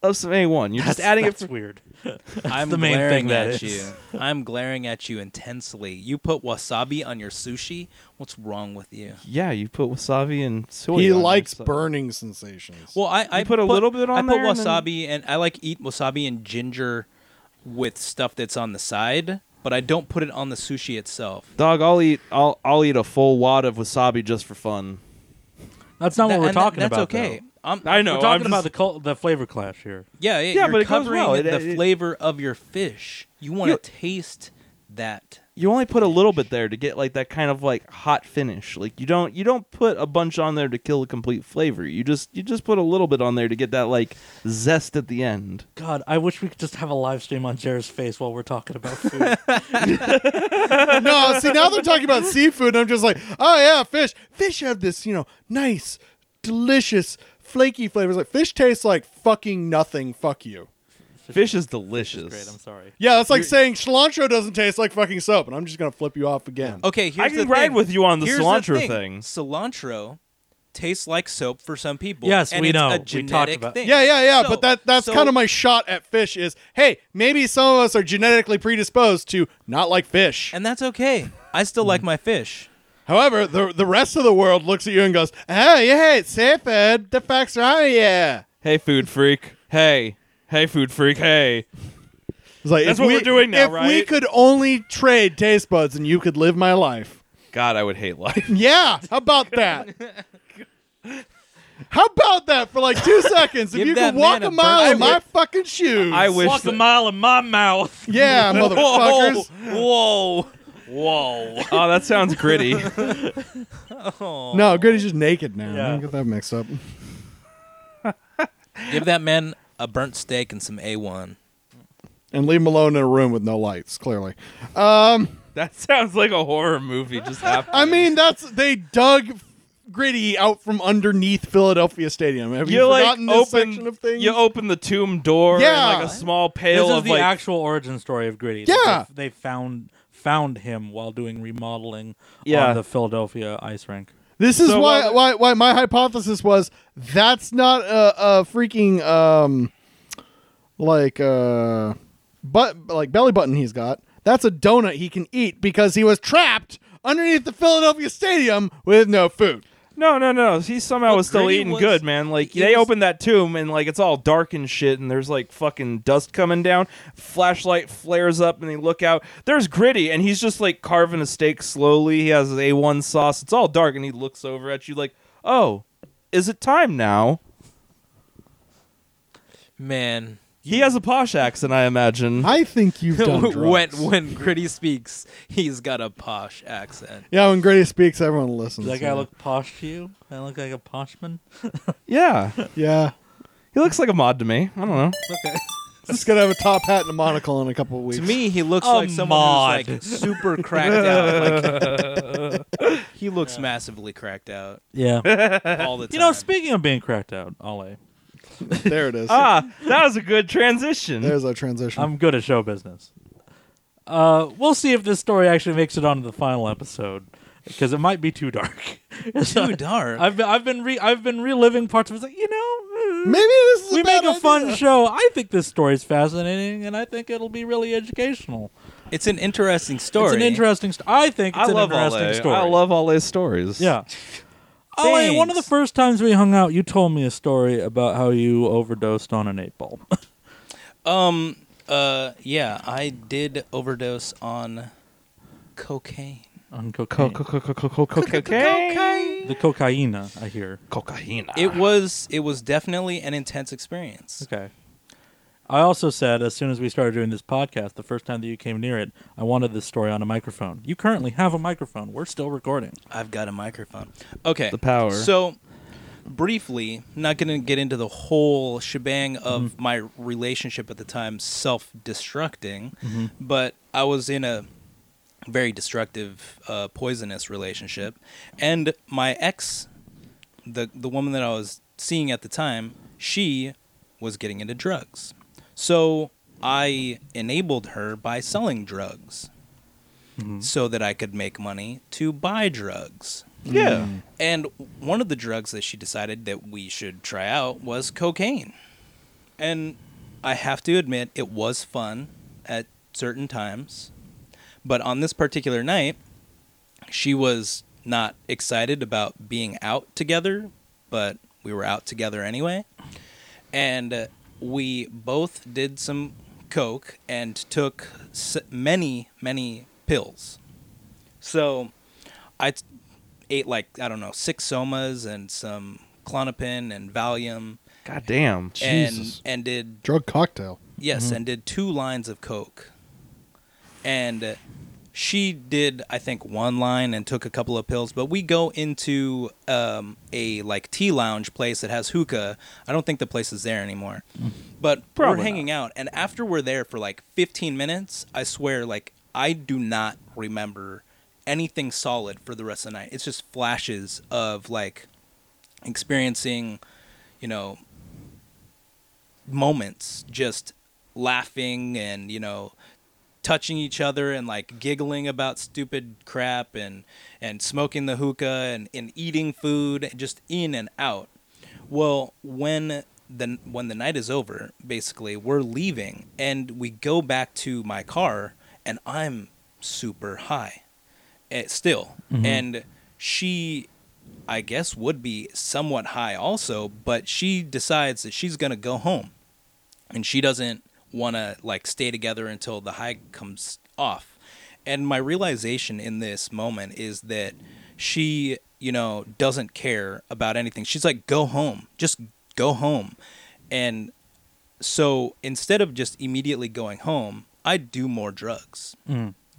[SPEAKER 4] of some A1. You're just
[SPEAKER 1] that's-
[SPEAKER 4] adding it.
[SPEAKER 1] that's
[SPEAKER 4] For,
[SPEAKER 1] weird.
[SPEAKER 2] I'm
[SPEAKER 1] the main
[SPEAKER 2] glaring
[SPEAKER 1] thing that
[SPEAKER 2] at
[SPEAKER 1] is.
[SPEAKER 2] you. I'm glaring at you intensely. You put wasabi on your sushi. What's wrong with you?
[SPEAKER 4] yeah, you put wasabi and soy.
[SPEAKER 3] he
[SPEAKER 4] on it,
[SPEAKER 3] likes
[SPEAKER 4] so-
[SPEAKER 3] burning sensations.
[SPEAKER 2] Well, I, I
[SPEAKER 4] put a little bit
[SPEAKER 2] I
[SPEAKER 4] on
[SPEAKER 2] put
[SPEAKER 4] there and then-
[SPEAKER 2] wasabi, and, I like eat wasabi and ginger with stuff that's on the side, but I don't put it on the sushi itself.
[SPEAKER 4] Dog, I'll eat. I'll I'll eat a full wad of wasabi just for fun.
[SPEAKER 1] That's not
[SPEAKER 2] That-
[SPEAKER 1] what we're
[SPEAKER 2] and that-
[SPEAKER 1] talking
[SPEAKER 2] that's
[SPEAKER 1] about.
[SPEAKER 2] okay.
[SPEAKER 1] though.
[SPEAKER 2] I'm,
[SPEAKER 4] I know.
[SPEAKER 1] We're talking
[SPEAKER 4] I'm
[SPEAKER 1] about
[SPEAKER 4] just-
[SPEAKER 1] the cul- the flavor clash here.
[SPEAKER 2] Yeah, yeah.
[SPEAKER 4] Yeah,
[SPEAKER 2] you're
[SPEAKER 4] but it goes
[SPEAKER 2] covering
[SPEAKER 4] well. It-
[SPEAKER 2] the
[SPEAKER 4] it-
[SPEAKER 2] flavor of your fish. You want to
[SPEAKER 4] You-
[SPEAKER 2] taste that.
[SPEAKER 4] you only put a little bit there to get like that kind of like hot finish. Like you don't you don't put a bunch on there to kill a complete flavor. You just you just put a little bit on there to get that like zest at the end.
[SPEAKER 1] God, I wish we could just have a live stream on Jared's face while we're talking about food.
[SPEAKER 3] no, see now they're talking about seafood, and I'm just like, oh yeah, fish. Fish have this, you know, nice, delicious, flaky flavors. Like fish tastes like fucking nothing. Fuck you.
[SPEAKER 4] Fish is
[SPEAKER 1] Fish
[SPEAKER 4] delicious.
[SPEAKER 1] is great. I'm sorry.
[SPEAKER 3] Yeah, that's like saying cilantro doesn't taste like fucking soap, and I'm just gonna flip you off again.
[SPEAKER 2] Okay, here's
[SPEAKER 4] I can
[SPEAKER 2] the
[SPEAKER 4] ride
[SPEAKER 2] thing.
[SPEAKER 4] with you on the
[SPEAKER 2] Here's
[SPEAKER 4] cilantro
[SPEAKER 2] thing.
[SPEAKER 4] thing.
[SPEAKER 2] Cilantro tastes like soap for some people.
[SPEAKER 1] Yes,
[SPEAKER 2] and
[SPEAKER 1] we
[SPEAKER 2] it's
[SPEAKER 1] know. We
[SPEAKER 2] A
[SPEAKER 1] talked
[SPEAKER 2] genetic
[SPEAKER 1] about-
[SPEAKER 2] thing.
[SPEAKER 3] Yeah, yeah, yeah.
[SPEAKER 2] So-
[SPEAKER 3] but that that's
[SPEAKER 2] so-
[SPEAKER 3] kind of my shot at fish is hey, maybe some of us are genetically predisposed to not like fish.
[SPEAKER 2] and that's okay. I still
[SPEAKER 1] Mm.
[SPEAKER 2] like my fish.
[SPEAKER 3] However, the the rest of the world looks at you and goes, Oh yeah, it's seafood. The facts are out yeah.
[SPEAKER 4] Hey, food freak. Hey, hey, food freak. Hey,
[SPEAKER 3] It's like,
[SPEAKER 4] That's
[SPEAKER 3] if
[SPEAKER 4] what
[SPEAKER 3] we,
[SPEAKER 4] we're doing now,
[SPEAKER 3] if we
[SPEAKER 4] right?
[SPEAKER 3] could only trade taste buds and you could live my life.
[SPEAKER 4] God, I would hate life.
[SPEAKER 3] Yeah, how about that? How about that for like two seconds? if
[SPEAKER 2] Give
[SPEAKER 3] you
[SPEAKER 2] that
[SPEAKER 3] could walk
[SPEAKER 2] man
[SPEAKER 3] a
[SPEAKER 2] a
[SPEAKER 3] mile
[SPEAKER 2] burger.
[SPEAKER 3] in
[SPEAKER 2] I
[SPEAKER 3] my
[SPEAKER 2] would-
[SPEAKER 3] fucking shoes.
[SPEAKER 4] I would- Wish
[SPEAKER 1] Walk a
[SPEAKER 4] that-
[SPEAKER 1] mile in my mouth.
[SPEAKER 3] Yeah,
[SPEAKER 4] Whoa.
[SPEAKER 3] motherfuckers.
[SPEAKER 1] Whoa, whoa.
[SPEAKER 4] oh, that sounds gritty.
[SPEAKER 3] No, Goody's just naked now.
[SPEAKER 1] Yeah.
[SPEAKER 3] Don't get that mixed up.
[SPEAKER 2] Give that man a burnt steak and some A1.
[SPEAKER 3] And leave him alone in a room with no lights, clearly.
[SPEAKER 4] that sounds like a horror movie just happened.
[SPEAKER 3] I mean, that's they dug Gritty out from underneath Philadelphia Stadium. Have you,
[SPEAKER 4] you like
[SPEAKER 3] forgotten this
[SPEAKER 4] open
[SPEAKER 3] section of things?
[SPEAKER 4] you open the tomb door
[SPEAKER 3] Yeah.
[SPEAKER 4] and like a small
[SPEAKER 1] This
[SPEAKER 4] pail
[SPEAKER 1] is
[SPEAKER 4] of
[SPEAKER 1] the
[SPEAKER 4] like
[SPEAKER 1] actual origin story of Gritty.
[SPEAKER 3] Yeah.
[SPEAKER 1] they, they found found him while doing remodeling
[SPEAKER 4] Yeah.
[SPEAKER 1] on the Philadelphia ice rink.
[SPEAKER 3] this is
[SPEAKER 4] So,
[SPEAKER 3] why,
[SPEAKER 4] uh,
[SPEAKER 3] why why my hypothesis was that's not a, a freaking um like uh but like belly button he's got. That's a donut he can eat because he was trapped underneath the Philadelphia Stadium with no food.
[SPEAKER 4] no no no he somehow
[SPEAKER 2] But
[SPEAKER 4] was still
[SPEAKER 2] Gritty
[SPEAKER 4] eating
[SPEAKER 2] was-
[SPEAKER 4] good man like
[SPEAKER 2] he
[SPEAKER 4] they
[SPEAKER 2] was-
[SPEAKER 4] opened that tomb and like it's all dark and shit and there's like fucking dust coming down flashlight flares up and they look out there's gritty and he's just like carving a steak slowly he has his a1 sauce it's all dark and he looks over at you like oh is it time now
[SPEAKER 2] Man.
[SPEAKER 4] he has a posh accent i imagine
[SPEAKER 3] I think you've done
[SPEAKER 2] when
[SPEAKER 3] drugs.
[SPEAKER 2] when Gritty speaks, he's got a posh accent.
[SPEAKER 3] Yeah, when Gritty speaks, everyone listens.
[SPEAKER 1] Does that guy
[SPEAKER 3] yeah.
[SPEAKER 1] look posh to you? I look like a poshman.
[SPEAKER 4] yeah
[SPEAKER 3] Yeah.
[SPEAKER 4] he looks like a mod to me i don't know
[SPEAKER 2] Okay.
[SPEAKER 3] Just gonna have a top hat and a monocle in a couple of weeks.
[SPEAKER 2] To me, he looks
[SPEAKER 1] A
[SPEAKER 2] like someone
[SPEAKER 1] mod.
[SPEAKER 2] who's like super cracked out. Like, he looks massively cracked out
[SPEAKER 1] Yeah.
[SPEAKER 2] all the time.
[SPEAKER 1] you know, speaking of being cracked out, Ollie,
[SPEAKER 3] there it is.
[SPEAKER 4] ah that was a good transition
[SPEAKER 3] There's our transition.
[SPEAKER 1] I'm good at show business. Uh, we'll see if this story actually makes it onto the final episode because it might be too dark.
[SPEAKER 2] too dark.
[SPEAKER 1] I've been, I've been re- I've been reliving parts of it. It's Like you know, mm,
[SPEAKER 3] Maybe this is
[SPEAKER 1] we
[SPEAKER 3] a
[SPEAKER 1] make
[SPEAKER 3] bad
[SPEAKER 1] a fun
[SPEAKER 3] idea.
[SPEAKER 1] show. I think this story's fascinating, and I think it'll be really educational.
[SPEAKER 2] it's an interesting story.
[SPEAKER 1] It's an interesting. St- I think it's
[SPEAKER 4] I
[SPEAKER 1] an
[SPEAKER 4] love
[SPEAKER 1] interesting
[SPEAKER 4] Ale.
[SPEAKER 1] story.
[SPEAKER 4] I love Ale's stories.
[SPEAKER 1] Yeah. Ollie, one of the
[SPEAKER 2] Thanks.
[SPEAKER 1] first times we hung out, you told me a story about how you overdosed on an eight ball.
[SPEAKER 2] Um. Uh. Yeah, I did overdose on cocaine.
[SPEAKER 1] on cocaine.
[SPEAKER 4] Cocaine.
[SPEAKER 1] the cocaina, I hear.
[SPEAKER 4] Cocaine.
[SPEAKER 2] It was. It was definitely an intense experience.
[SPEAKER 1] Okay. I also said as soon as we started doing this podcast, the first time that you came near it, I wanted this story on a microphone. You currently have a microphone. We're still recording.
[SPEAKER 2] I've got a microphone. Okay.
[SPEAKER 4] The power.
[SPEAKER 2] So, briefly, not going to get into the whole shebang of
[SPEAKER 4] Mm-hmm.
[SPEAKER 2] my relationship at the time self destructing,
[SPEAKER 4] Mm-hmm.
[SPEAKER 2] but I was in a very destructive, uh, poisonous relationship. And my ex, the, the woman that I was seeing at the time, she was getting into drugs. So, I enabled her by selling drugs so that I could make money to buy drugs.
[SPEAKER 4] yeah.
[SPEAKER 2] And one of the drugs that she decided that we should try out was cocaine. And I have to admit, it was fun at certain times. But on this particular night, she was not excited about being out together, but we were out together anyway. And uh, we both did some coke and took s- many, many pills. So I t- ate like I don't know six somas and some clonopin and Valium,
[SPEAKER 4] God damn.
[SPEAKER 3] Jesus.
[SPEAKER 2] and and did
[SPEAKER 3] Drug cocktail.
[SPEAKER 2] yes, and did two lines of coke, and uh, she did I think one line and took a couple of pills. But we go into um, a like tea lounge place that has hookah. I don't think the place is there anymore, but
[SPEAKER 4] Probably
[SPEAKER 2] we're hanging out. And after we're there for like 15 minutes, I swear, like I do not remember anything solid for the rest of the night. It's just flashes of like experiencing, you know, moments just laughing and you know touching each other and like giggling about stupid crap and and smoking the hookah and, and eating food just in and out well when the when the night is over basically we're leaving and we go back to my car and i'm super high eh, still and she i guess would be somewhat high also but she decides that she's going to go home and she doesn't want to like stay together until the high comes off and my realization in this moment is that she you know doesn't care about anything she's like go home just go home and so instead of just immediately going home i do more drugs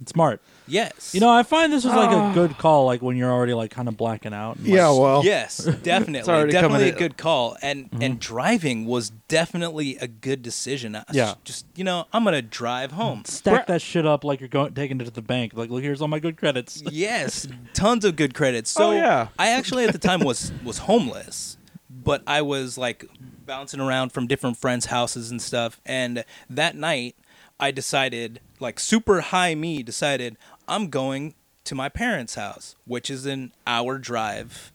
[SPEAKER 1] It's smart.
[SPEAKER 2] yes
[SPEAKER 1] You know, I find this is like a good call, like when you're already like kind of blacking out. and, like,
[SPEAKER 3] Yeah, well,
[SPEAKER 2] Yes, definitely,
[SPEAKER 4] already coming
[SPEAKER 2] definitely a
[SPEAKER 4] in.
[SPEAKER 2] good call. And and driving was definitely a good decision. I-
[SPEAKER 1] Yeah.
[SPEAKER 2] just you know, I'm gonna drive home.
[SPEAKER 1] stack that shit up like you're going taking it to the bank. Like, look, here's all my good credits.
[SPEAKER 2] yes, tons of good credits. So
[SPEAKER 4] Oh, yeah.
[SPEAKER 2] I actually at the time was was homeless, but I was like bouncing around from different friends' houses and stuff. And that night, I decided, like super high me decided, I'm going to my parents' house, which is an hour drive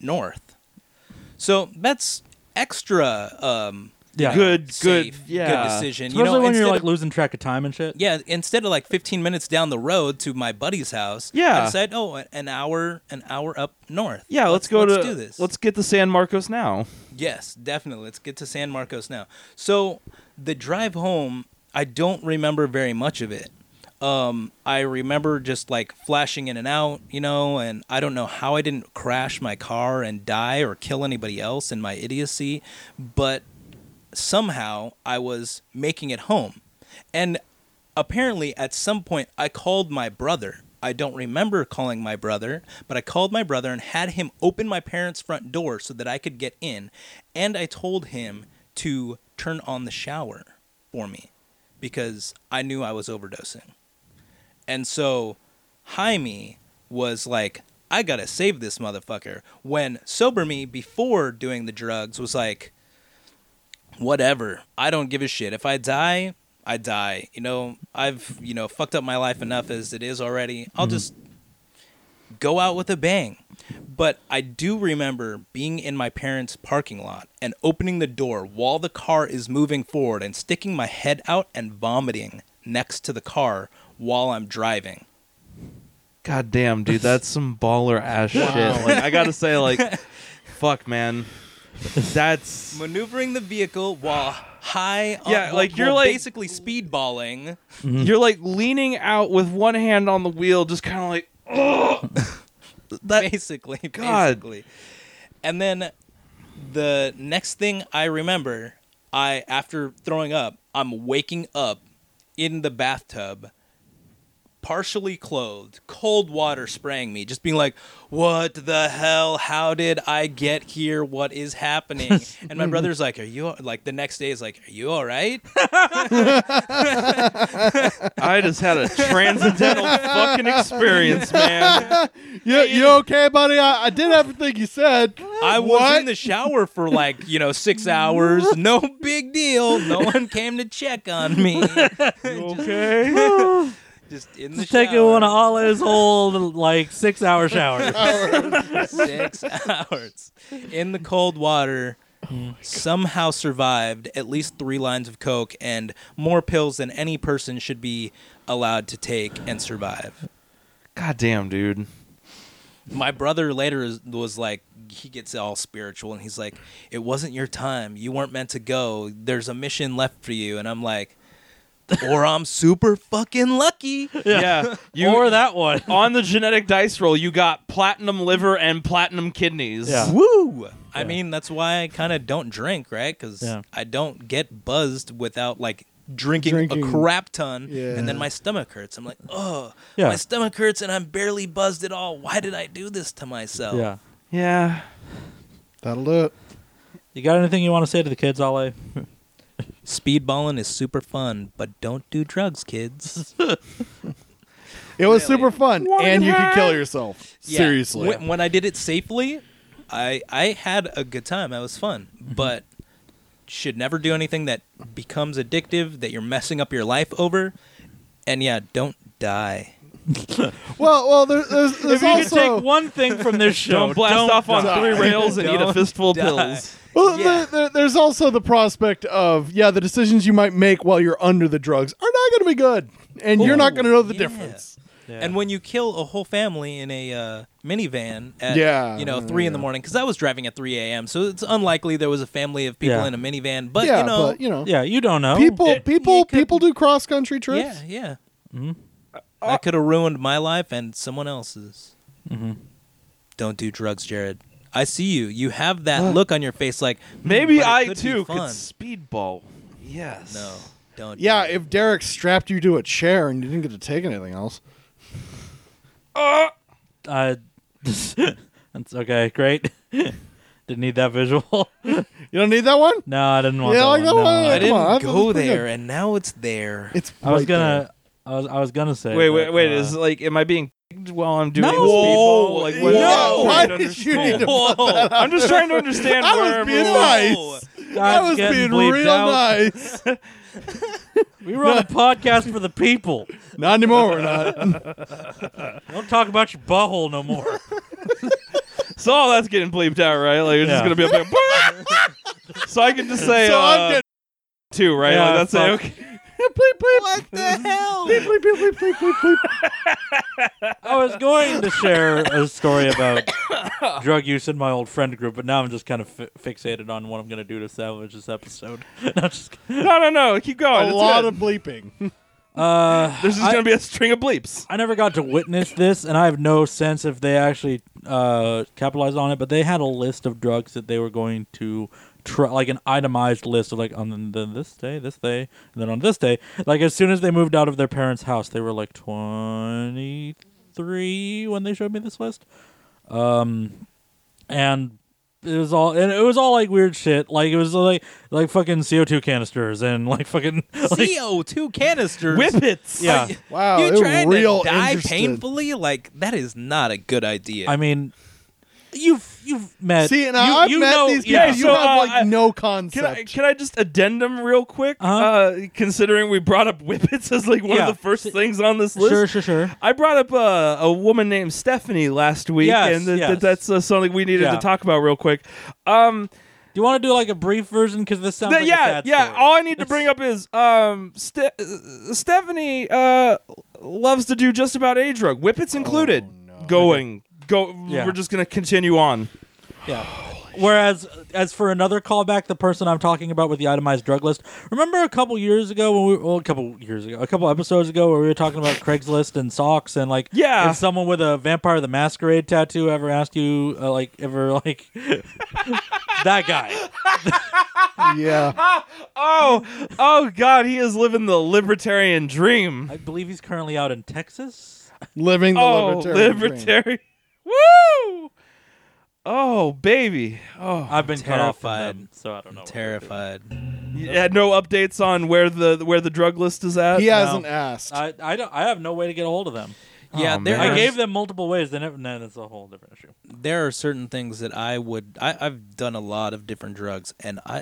[SPEAKER 2] north. So that's extra um
[SPEAKER 1] Yeah,
[SPEAKER 4] Good,
[SPEAKER 2] safe,
[SPEAKER 4] good, yeah.
[SPEAKER 2] good decision.
[SPEAKER 1] Especially
[SPEAKER 2] you know,
[SPEAKER 1] when you're
[SPEAKER 2] instead
[SPEAKER 1] like
[SPEAKER 2] of-
[SPEAKER 1] losing track of time and shit.
[SPEAKER 2] yeah, instead of like 15 minutes down the road to my buddy's house,
[SPEAKER 4] Yeah.
[SPEAKER 2] I decided, oh, an hour, an hour up north.
[SPEAKER 4] Yeah, let's, go
[SPEAKER 2] let's
[SPEAKER 4] to.
[SPEAKER 2] do this.
[SPEAKER 4] Let's get to San Marcos now.
[SPEAKER 2] yes, definitely. Let's get to San Marcos now. So the drive home, I don't remember very much of it. Um, I remember just like flashing in and out, you know, and I don't know how I didn't crash my car and die or kill anybody else in my idiocy, but somehow I was making it home. And apparently, at some point, I called my brother. I don't remember calling my brother, but I called my brother and had him open my parents' front door so that I could get in. And I told him to turn on the shower for me because I knew I was overdosing. And so Jaime was like, I gotta save this motherfucker. When Sober Me, before doing the drugs, was like, whatever. I don't give a shit. If I die, I die. You know, I've, you know, fucked up my life enough as it is already. I'll
[SPEAKER 4] Mm-hmm.
[SPEAKER 2] just go out with a bang. But I do remember being in my parents' parking lot and opening the door while the car is moving forward and sticking my head out and vomiting next to the car while I'm driving.
[SPEAKER 4] God damn, dude, that's some baller ass shit. Like I gotta say, like, fuck, man, that's
[SPEAKER 2] Maneuvering the vehicle while high on,
[SPEAKER 4] Yeah,
[SPEAKER 2] while-
[SPEAKER 4] like, you're
[SPEAKER 2] while
[SPEAKER 4] like-
[SPEAKER 2] basically speedballing.
[SPEAKER 4] you're like leaning out with one hand on the wheel, just kind of like, ugh. that
[SPEAKER 2] basically,
[SPEAKER 4] God.
[SPEAKER 2] basically. And then the next thing I remember, I after throwing up, I'm waking up in the bathtub, partially clothed, cold water spraying me, just being like, "What the hell? How did I get here? What is happening?" and my brother's like, "Are you like the next day is like, are you all right?"
[SPEAKER 4] I just had a transcendental fucking experience, man.
[SPEAKER 3] you, you okay, buddy? I, I did everything you said.
[SPEAKER 2] I was
[SPEAKER 3] What?
[SPEAKER 2] in the shower for like, you know, six hours. No big deal. No one came to check on me.
[SPEAKER 4] Okay.
[SPEAKER 2] Just in the
[SPEAKER 1] Just taking
[SPEAKER 2] shower.
[SPEAKER 1] one of Ole's old like six hour showers.
[SPEAKER 2] six hours in the cold water. somehow survived at least three lines of coke and more pills than any person should be allowed to take and survive.
[SPEAKER 4] God damn, dude.
[SPEAKER 2] My brother later is- was like, he gets all spiritual and he's like, "It wasn't your time. You weren't meant to go. There's a mission left for you." And I'm like, "Or I'm super fucking lucky."
[SPEAKER 4] Yeah, you
[SPEAKER 1] or that one.
[SPEAKER 4] on the genetic dice roll, you got platinum liver and platinum kidneys.
[SPEAKER 1] Yeah.
[SPEAKER 2] Woo! I mean, that's why I kind of don't drink, right? Because
[SPEAKER 1] Yeah.
[SPEAKER 2] I don't get buzzed without like drinking, a
[SPEAKER 3] Drinking.
[SPEAKER 2] crap ton,
[SPEAKER 3] Yeah.
[SPEAKER 2] and then my stomach hurts. I'm like, oh,
[SPEAKER 1] Yeah.
[SPEAKER 2] my stomach hurts, and I'm barely buzzed at all. Why did I do this to myself?
[SPEAKER 1] Yeah.
[SPEAKER 4] Yeah.
[SPEAKER 3] That'll do it.
[SPEAKER 1] You got anything you want to say to the kids, Ole?
[SPEAKER 2] Speedballing is super fun, but don't do drugs, kids.
[SPEAKER 3] It
[SPEAKER 2] Really?
[SPEAKER 3] was super fun,
[SPEAKER 4] What
[SPEAKER 3] and you can kill
[SPEAKER 4] happened?
[SPEAKER 3] yourself.
[SPEAKER 2] Yeah.
[SPEAKER 3] Seriously.
[SPEAKER 2] when,
[SPEAKER 3] Mm-hmm.
[SPEAKER 2] when I did it safely, I I had a good time. That was fun, but should never do anything that becomes addictive that you're messing up your life over. And yeah, don't die.
[SPEAKER 3] Well, well, there, there's, there's
[SPEAKER 1] if you
[SPEAKER 3] also
[SPEAKER 1] could take one thing from this show,
[SPEAKER 4] Don't blast off on
[SPEAKER 1] die.
[SPEAKER 4] three rails and eat a
[SPEAKER 2] Don't
[SPEAKER 4] fistful of
[SPEAKER 2] die.
[SPEAKER 4] pills.
[SPEAKER 3] well,
[SPEAKER 2] yeah.
[SPEAKER 3] there, there, there's also the prospect of yeah, the decisions you might make while you're under the drugs are not going to be good, and you're not
[SPEAKER 2] Ooh,
[SPEAKER 3] going to know the
[SPEAKER 2] yeah.
[SPEAKER 3] difference.
[SPEAKER 1] Yeah.
[SPEAKER 2] And when you kill a whole family in a uh, minivan at
[SPEAKER 3] Yeah,
[SPEAKER 2] you know
[SPEAKER 3] yeah,
[SPEAKER 2] three in the
[SPEAKER 3] yeah.
[SPEAKER 2] morning, because I was driving at three a.m., so it's unlikely there was a family of people
[SPEAKER 1] Yeah.
[SPEAKER 2] in a minivan. But
[SPEAKER 3] yeah,
[SPEAKER 2] you know,
[SPEAKER 3] but you know,
[SPEAKER 1] yeah, you don't know.
[SPEAKER 3] people, people,
[SPEAKER 2] you could-
[SPEAKER 3] people do cross country trips.
[SPEAKER 2] yeah, yeah, Mm-hmm. that could have ruined my life and someone else's. Don't do drugs, Jared. I see you. You have that look on your face, like "Hmm,
[SPEAKER 4] Maybe
[SPEAKER 2] but it
[SPEAKER 4] I
[SPEAKER 2] could be
[SPEAKER 4] too could
[SPEAKER 2] fun."
[SPEAKER 4] speedball. Yes.
[SPEAKER 2] No, don't.
[SPEAKER 3] Yeah,
[SPEAKER 2] do it.
[SPEAKER 3] if Derek strapped you to a chair and you didn't get to take anything else.
[SPEAKER 1] Uh, that's okay. Great. Didn't need that visual.
[SPEAKER 3] You don't need that one?
[SPEAKER 1] no, I didn't want
[SPEAKER 3] Yeah,
[SPEAKER 1] that
[SPEAKER 3] like
[SPEAKER 1] one.
[SPEAKER 3] that
[SPEAKER 1] No,
[SPEAKER 3] one.
[SPEAKER 1] I,
[SPEAKER 2] I didn't
[SPEAKER 3] Come on, I thought it
[SPEAKER 2] go
[SPEAKER 3] was pretty good.
[SPEAKER 2] there, and now it's there.
[SPEAKER 3] It's
[SPEAKER 1] I was
[SPEAKER 3] right
[SPEAKER 1] gonna. I was. I was gonna say.
[SPEAKER 4] Wait, wait,
[SPEAKER 1] that,
[SPEAKER 4] wait.
[SPEAKER 1] uh,
[SPEAKER 4] Is it like, am I being pigged while I'm doing
[SPEAKER 1] No.
[SPEAKER 4] the
[SPEAKER 1] Whoa.
[SPEAKER 4] speedball? Like, what
[SPEAKER 3] Yeah,
[SPEAKER 4] I'm
[SPEAKER 3] why
[SPEAKER 4] trying to
[SPEAKER 3] did you
[SPEAKER 4] understand.
[SPEAKER 3] need to
[SPEAKER 2] Whoa.
[SPEAKER 4] I'm just trying to understand.
[SPEAKER 3] I
[SPEAKER 4] where
[SPEAKER 3] was being
[SPEAKER 4] everyone-
[SPEAKER 3] nice. I
[SPEAKER 1] God's
[SPEAKER 3] was
[SPEAKER 1] getting
[SPEAKER 3] being
[SPEAKER 1] bleeped
[SPEAKER 3] real
[SPEAKER 1] out.
[SPEAKER 3] nice.
[SPEAKER 1] We were on a podcast for the people.
[SPEAKER 3] Not anymore. We're not.
[SPEAKER 1] Don't talk about your butthole no more.
[SPEAKER 4] So all that's getting bleeped out, right? Like it's
[SPEAKER 1] Yeah.
[SPEAKER 4] just gonna be up there. so I can just say
[SPEAKER 3] So I'm
[SPEAKER 4] uh,
[SPEAKER 3] getting-
[SPEAKER 4] two, right?
[SPEAKER 1] Yeah,
[SPEAKER 4] like that's it.
[SPEAKER 1] fuck.
[SPEAKER 4] Okay.
[SPEAKER 2] what the hell?
[SPEAKER 3] Bleep, bleep, bleep, bleep, bleep, bleep, bleep.
[SPEAKER 1] I was going to share a story about drug use in my old friend group, but now I'm just kind of fi- fixated on what I'm going to do to salvage this episode. no, just kidding.
[SPEAKER 4] No, no, no. Keep going.
[SPEAKER 3] A
[SPEAKER 4] it's
[SPEAKER 3] lot of
[SPEAKER 4] good.
[SPEAKER 3] bleeping.
[SPEAKER 1] uh,
[SPEAKER 4] There's just
[SPEAKER 1] I-
[SPEAKER 4] gonna be a string of bleeps.
[SPEAKER 1] I never got to witness this, and I have no sense if they actually uh, capitalized on it. But they had a list of drugs that they were going to try, like an itemized list of like on then this day, this day, and then on this day. Like as soon as they moved out of their parents' house, they were like twenty three when they showed me this list, um, and it was all and it was all like weird shit. Like it was like like fucking CO two canisters and like fucking like,
[SPEAKER 2] CO2 canisters.
[SPEAKER 4] Whippets.
[SPEAKER 1] yeah.
[SPEAKER 3] Wow,
[SPEAKER 2] you
[SPEAKER 3] they were
[SPEAKER 2] trying
[SPEAKER 3] real
[SPEAKER 2] to die
[SPEAKER 3] interested.
[SPEAKER 2] painfully? Like that is not a good idea.
[SPEAKER 1] I mean, you've you've met.
[SPEAKER 3] See, and
[SPEAKER 1] you,
[SPEAKER 3] I've
[SPEAKER 1] you
[SPEAKER 3] met
[SPEAKER 1] know,
[SPEAKER 3] these people.
[SPEAKER 1] yeah,
[SPEAKER 3] you
[SPEAKER 4] so,
[SPEAKER 3] have
[SPEAKER 4] uh,
[SPEAKER 3] like
[SPEAKER 4] I-
[SPEAKER 3] no
[SPEAKER 4] Can I,
[SPEAKER 3] concept.
[SPEAKER 4] can I just addendum real quick? uh
[SPEAKER 1] Uh-huh.
[SPEAKER 4] considering we brought up whippets as like one
[SPEAKER 1] Yeah.
[SPEAKER 4] of the first things on this list.
[SPEAKER 1] Sure, sure, sure.
[SPEAKER 4] I brought up uh, a woman named Stephanie last week,
[SPEAKER 1] Yes,
[SPEAKER 4] and th- th-
[SPEAKER 1] yes.
[SPEAKER 4] that's uh, something we needed
[SPEAKER 1] Yeah.
[SPEAKER 4] to talk about real quick. Um,
[SPEAKER 1] Do you want to do like a brief version? Because this sounds like a
[SPEAKER 4] th- yeah,
[SPEAKER 1] sad
[SPEAKER 4] yeah.
[SPEAKER 1] story.
[SPEAKER 4] All I need to bring up is um, Ste- uh, Stephanie uh, loves to do just about a drug, whippets included.
[SPEAKER 3] no.
[SPEAKER 4] Going, go.
[SPEAKER 1] Yeah.
[SPEAKER 4] We're just gonna continue on.
[SPEAKER 1] Yeah. Whereas, as for another callback, the person I'm talking about with the itemized drug list. Remember a couple years ago when we, well, a couple years ago, a couple episodes ago, where we were talking about Craigslist and socks and like,
[SPEAKER 4] Yeah.
[SPEAKER 1] if someone with a Vampire the Masquerade tattoo ever asked you, uh, like, ever like, that guy.
[SPEAKER 3] yeah.
[SPEAKER 4] Oh, oh God, he is living the libertarian dream.
[SPEAKER 1] I believe he's currently out in Texas.
[SPEAKER 3] Living the
[SPEAKER 4] oh,
[SPEAKER 3] libertarian. dream.
[SPEAKER 4] libertarian. Woo! Oh, baby. Oh,
[SPEAKER 1] I've been cut off from
[SPEAKER 2] Terrified.
[SPEAKER 1] them, so I don't know. what-
[SPEAKER 2] Terrified.
[SPEAKER 4] You had no updates on where the where the drug list is at.
[SPEAKER 3] He hasn't asked.
[SPEAKER 1] Uh, I, I don't. I have no way to get a hold of them.
[SPEAKER 2] Yeah,
[SPEAKER 4] Oh,
[SPEAKER 2] there
[SPEAKER 4] man.
[SPEAKER 1] I
[SPEAKER 2] are,
[SPEAKER 1] gave them multiple ways. They never. No, that's a whole different issue.
[SPEAKER 2] there are certain things that I would. I, I've done a lot of different drugs, and I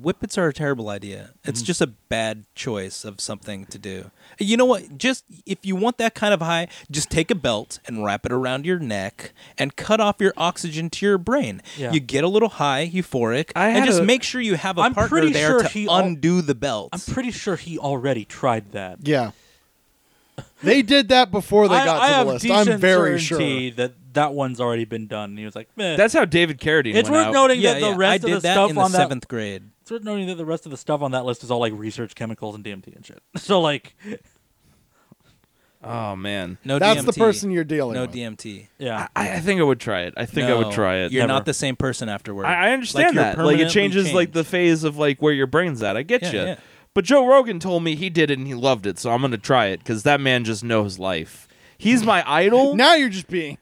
[SPEAKER 2] whippets are a terrible idea. It's
[SPEAKER 1] Mm-hmm.
[SPEAKER 2] just a bad choice of something to do. You know what? Just if you want that kind of high, just take a belt and wrap it around your neck and cut off your oxygen to your brain.
[SPEAKER 1] Yeah.
[SPEAKER 2] You get a little high, euphoric,
[SPEAKER 4] I
[SPEAKER 2] and
[SPEAKER 4] had
[SPEAKER 2] just
[SPEAKER 4] a-
[SPEAKER 2] make sure you have a
[SPEAKER 1] I'm
[SPEAKER 2] partner
[SPEAKER 1] pretty
[SPEAKER 2] there
[SPEAKER 1] sure
[SPEAKER 2] to
[SPEAKER 1] he al-
[SPEAKER 2] undo the belt.
[SPEAKER 1] I'm pretty sure he already tried that.
[SPEAKER 3] yeah. They did that before they
[SPEAKER 1] I,
[SPEAKER 3] got
[SPEAKER 1] I
[SPEAKER 3] to
[SPEAKER 1] have
[SPEAKER 3] the list.
[SPEAKER 1] decent
[SPEAKER 3] I'm very
[SPEAKER 1] certainty
[SPEAKER 3] sure.
[SPEAKER 1] that that one's already been done. And he was like, "Meh."
[SPEAKER 4] That's how David Carradine.
[SPEAKER 1] it's
[SPEAKER 4] went
[SPEAKER 1] worth
[SPEAKER 4] out.
[SPEAKER 1] noting
[SPEAKER 2] yeah,
[SPEAKER 1] that the
[SPEAKER 2] yeah,
[SPEAKER 1] rest
[SPEAKER 2] I
[SPEAKER 1] of
[SPEAKER 2] did
[SPEAKER 1] the
[SPEAKER 2] that
[SPEAKER 1] stuff
[SPEAKER 2] in the
[SPEAKER 1] on that.
[SPEAKER 2] seventh grade.
[SPEAKER 1] It's worth noting that the rest of the stuff on that list is all like research chemicals and DMT and shit. So like,
[SPEAKER 4] Oh man,
[SPEAKER 2] No,
[SPEAKER 3] That's the
[SPEAKER 2] DMT.
[SPEAKER 3] person you're dealing
[SPEAKER 2] No
[SPEAKER 3] with.
[SPEAKER 2] DMT.
[SPEAKER 1] yeah,
[SPEAKER 4] I, I think I would try it. I think I would
[SPEAKER 2] No,
[SPEAKER 4] try it.
[SPEAKER 2] You're
[SPEAKER 1] Never.
[SPEAKER 2] not the same person afterward.
[SPEAKER 4] I, I understand
[SPEAKER 2] you're
[SPEAKER 4] that. Like it
[SPEAKER 2] permanently
[SPEAKER 4] changes like
[SPEAKER 2] changed.
[SPEAKER 4] the phase of like where your brain's at. I get
[SPEAKER 2] Yeah,
[SPEAKER 4] you.
[SPEAKER 2] yeah.
[SPEAKER 4] But Joe Rogan told me he did it and he loved it, so I'm gonna try it because that man just knows life. He's my idol.
[SPEAKER 3] Now you're just being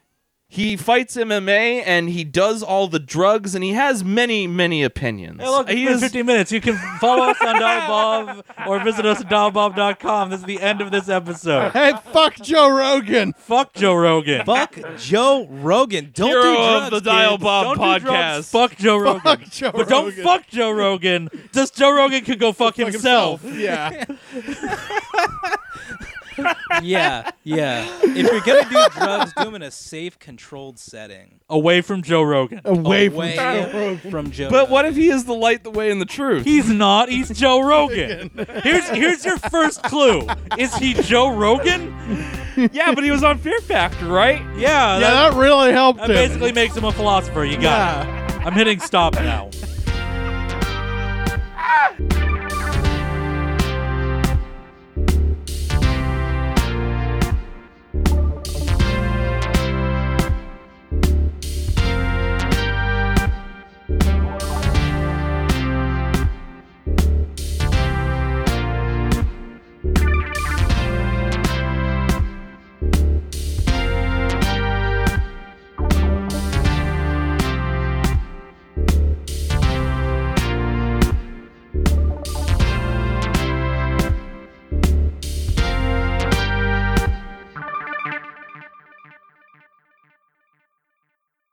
[SPEAKER 4] He fights MMA and he does all the drugs and he has many, many opinions.
[SPEAKER 1] Hey, look,
[SPEAKER 4] he
[SPEAKER 1] it's been 15 minutes. You can follow us on Dialbob or visit us at dialbob.com. This is the end of this episode.
[SPEAKER 3] Hey, fuck Joe Rogan.
[SPEAKER 1] Fuck Joe Rogan.
[SPEAKER 2] Fuck Joe Rogan. Don't
[SPEAKER 4] hero
[SPEAKER 2] do drugs,
[SPEAKER 4] of the Dial
[SPEAKER 2] kids.
[SPEAKER 4] Bob
[SPEAKER 1] Don't do drugs.
[SPEAKER 4] podcast.
[SPEAKER 1] Fuck Joe Rogan.
[SPEAKER 3] Fuck Joe
[SPEAKER 1] but don't
[SPEAKER 3] Rogan.
[SPEAKER 1] fuck Joe Rogan. Just Joe Rogan could go fuck, himself.
[SPEAKER 3] Yeah.
[SPEAKER 2] Yeah, yeah. If you're gonna do drugs, do them in a safe, controlled setting.
[SPEAKER 1] Away from Joe Rogan.
[SPEAKER 3] Away,
[SPEAKER 2] Away
[SPEAKER 3] from Joe Rogan.
[SPEAKER 2] from Joe.
[SPEAKER 4] But what if he is the light, the way, and the truth?
[SPEAKER 1] He's not. He's Joe Rogan. Here's here's your first clue. Is he Joe Rogan?
[SPEAKER 4] yeah, but he was on Fear Factor, right?
[SPEAKER 1] Yeah.
[SPEAKER 3] Yeah,
[SPEAKER 1] that,
[SPEAKER 3] that really helped
[SPEAKER 1] that
[SPEAKER 3] him.
[SPEAKER 1] basically makes him a philosopher. You got it. I'm hitting stop now.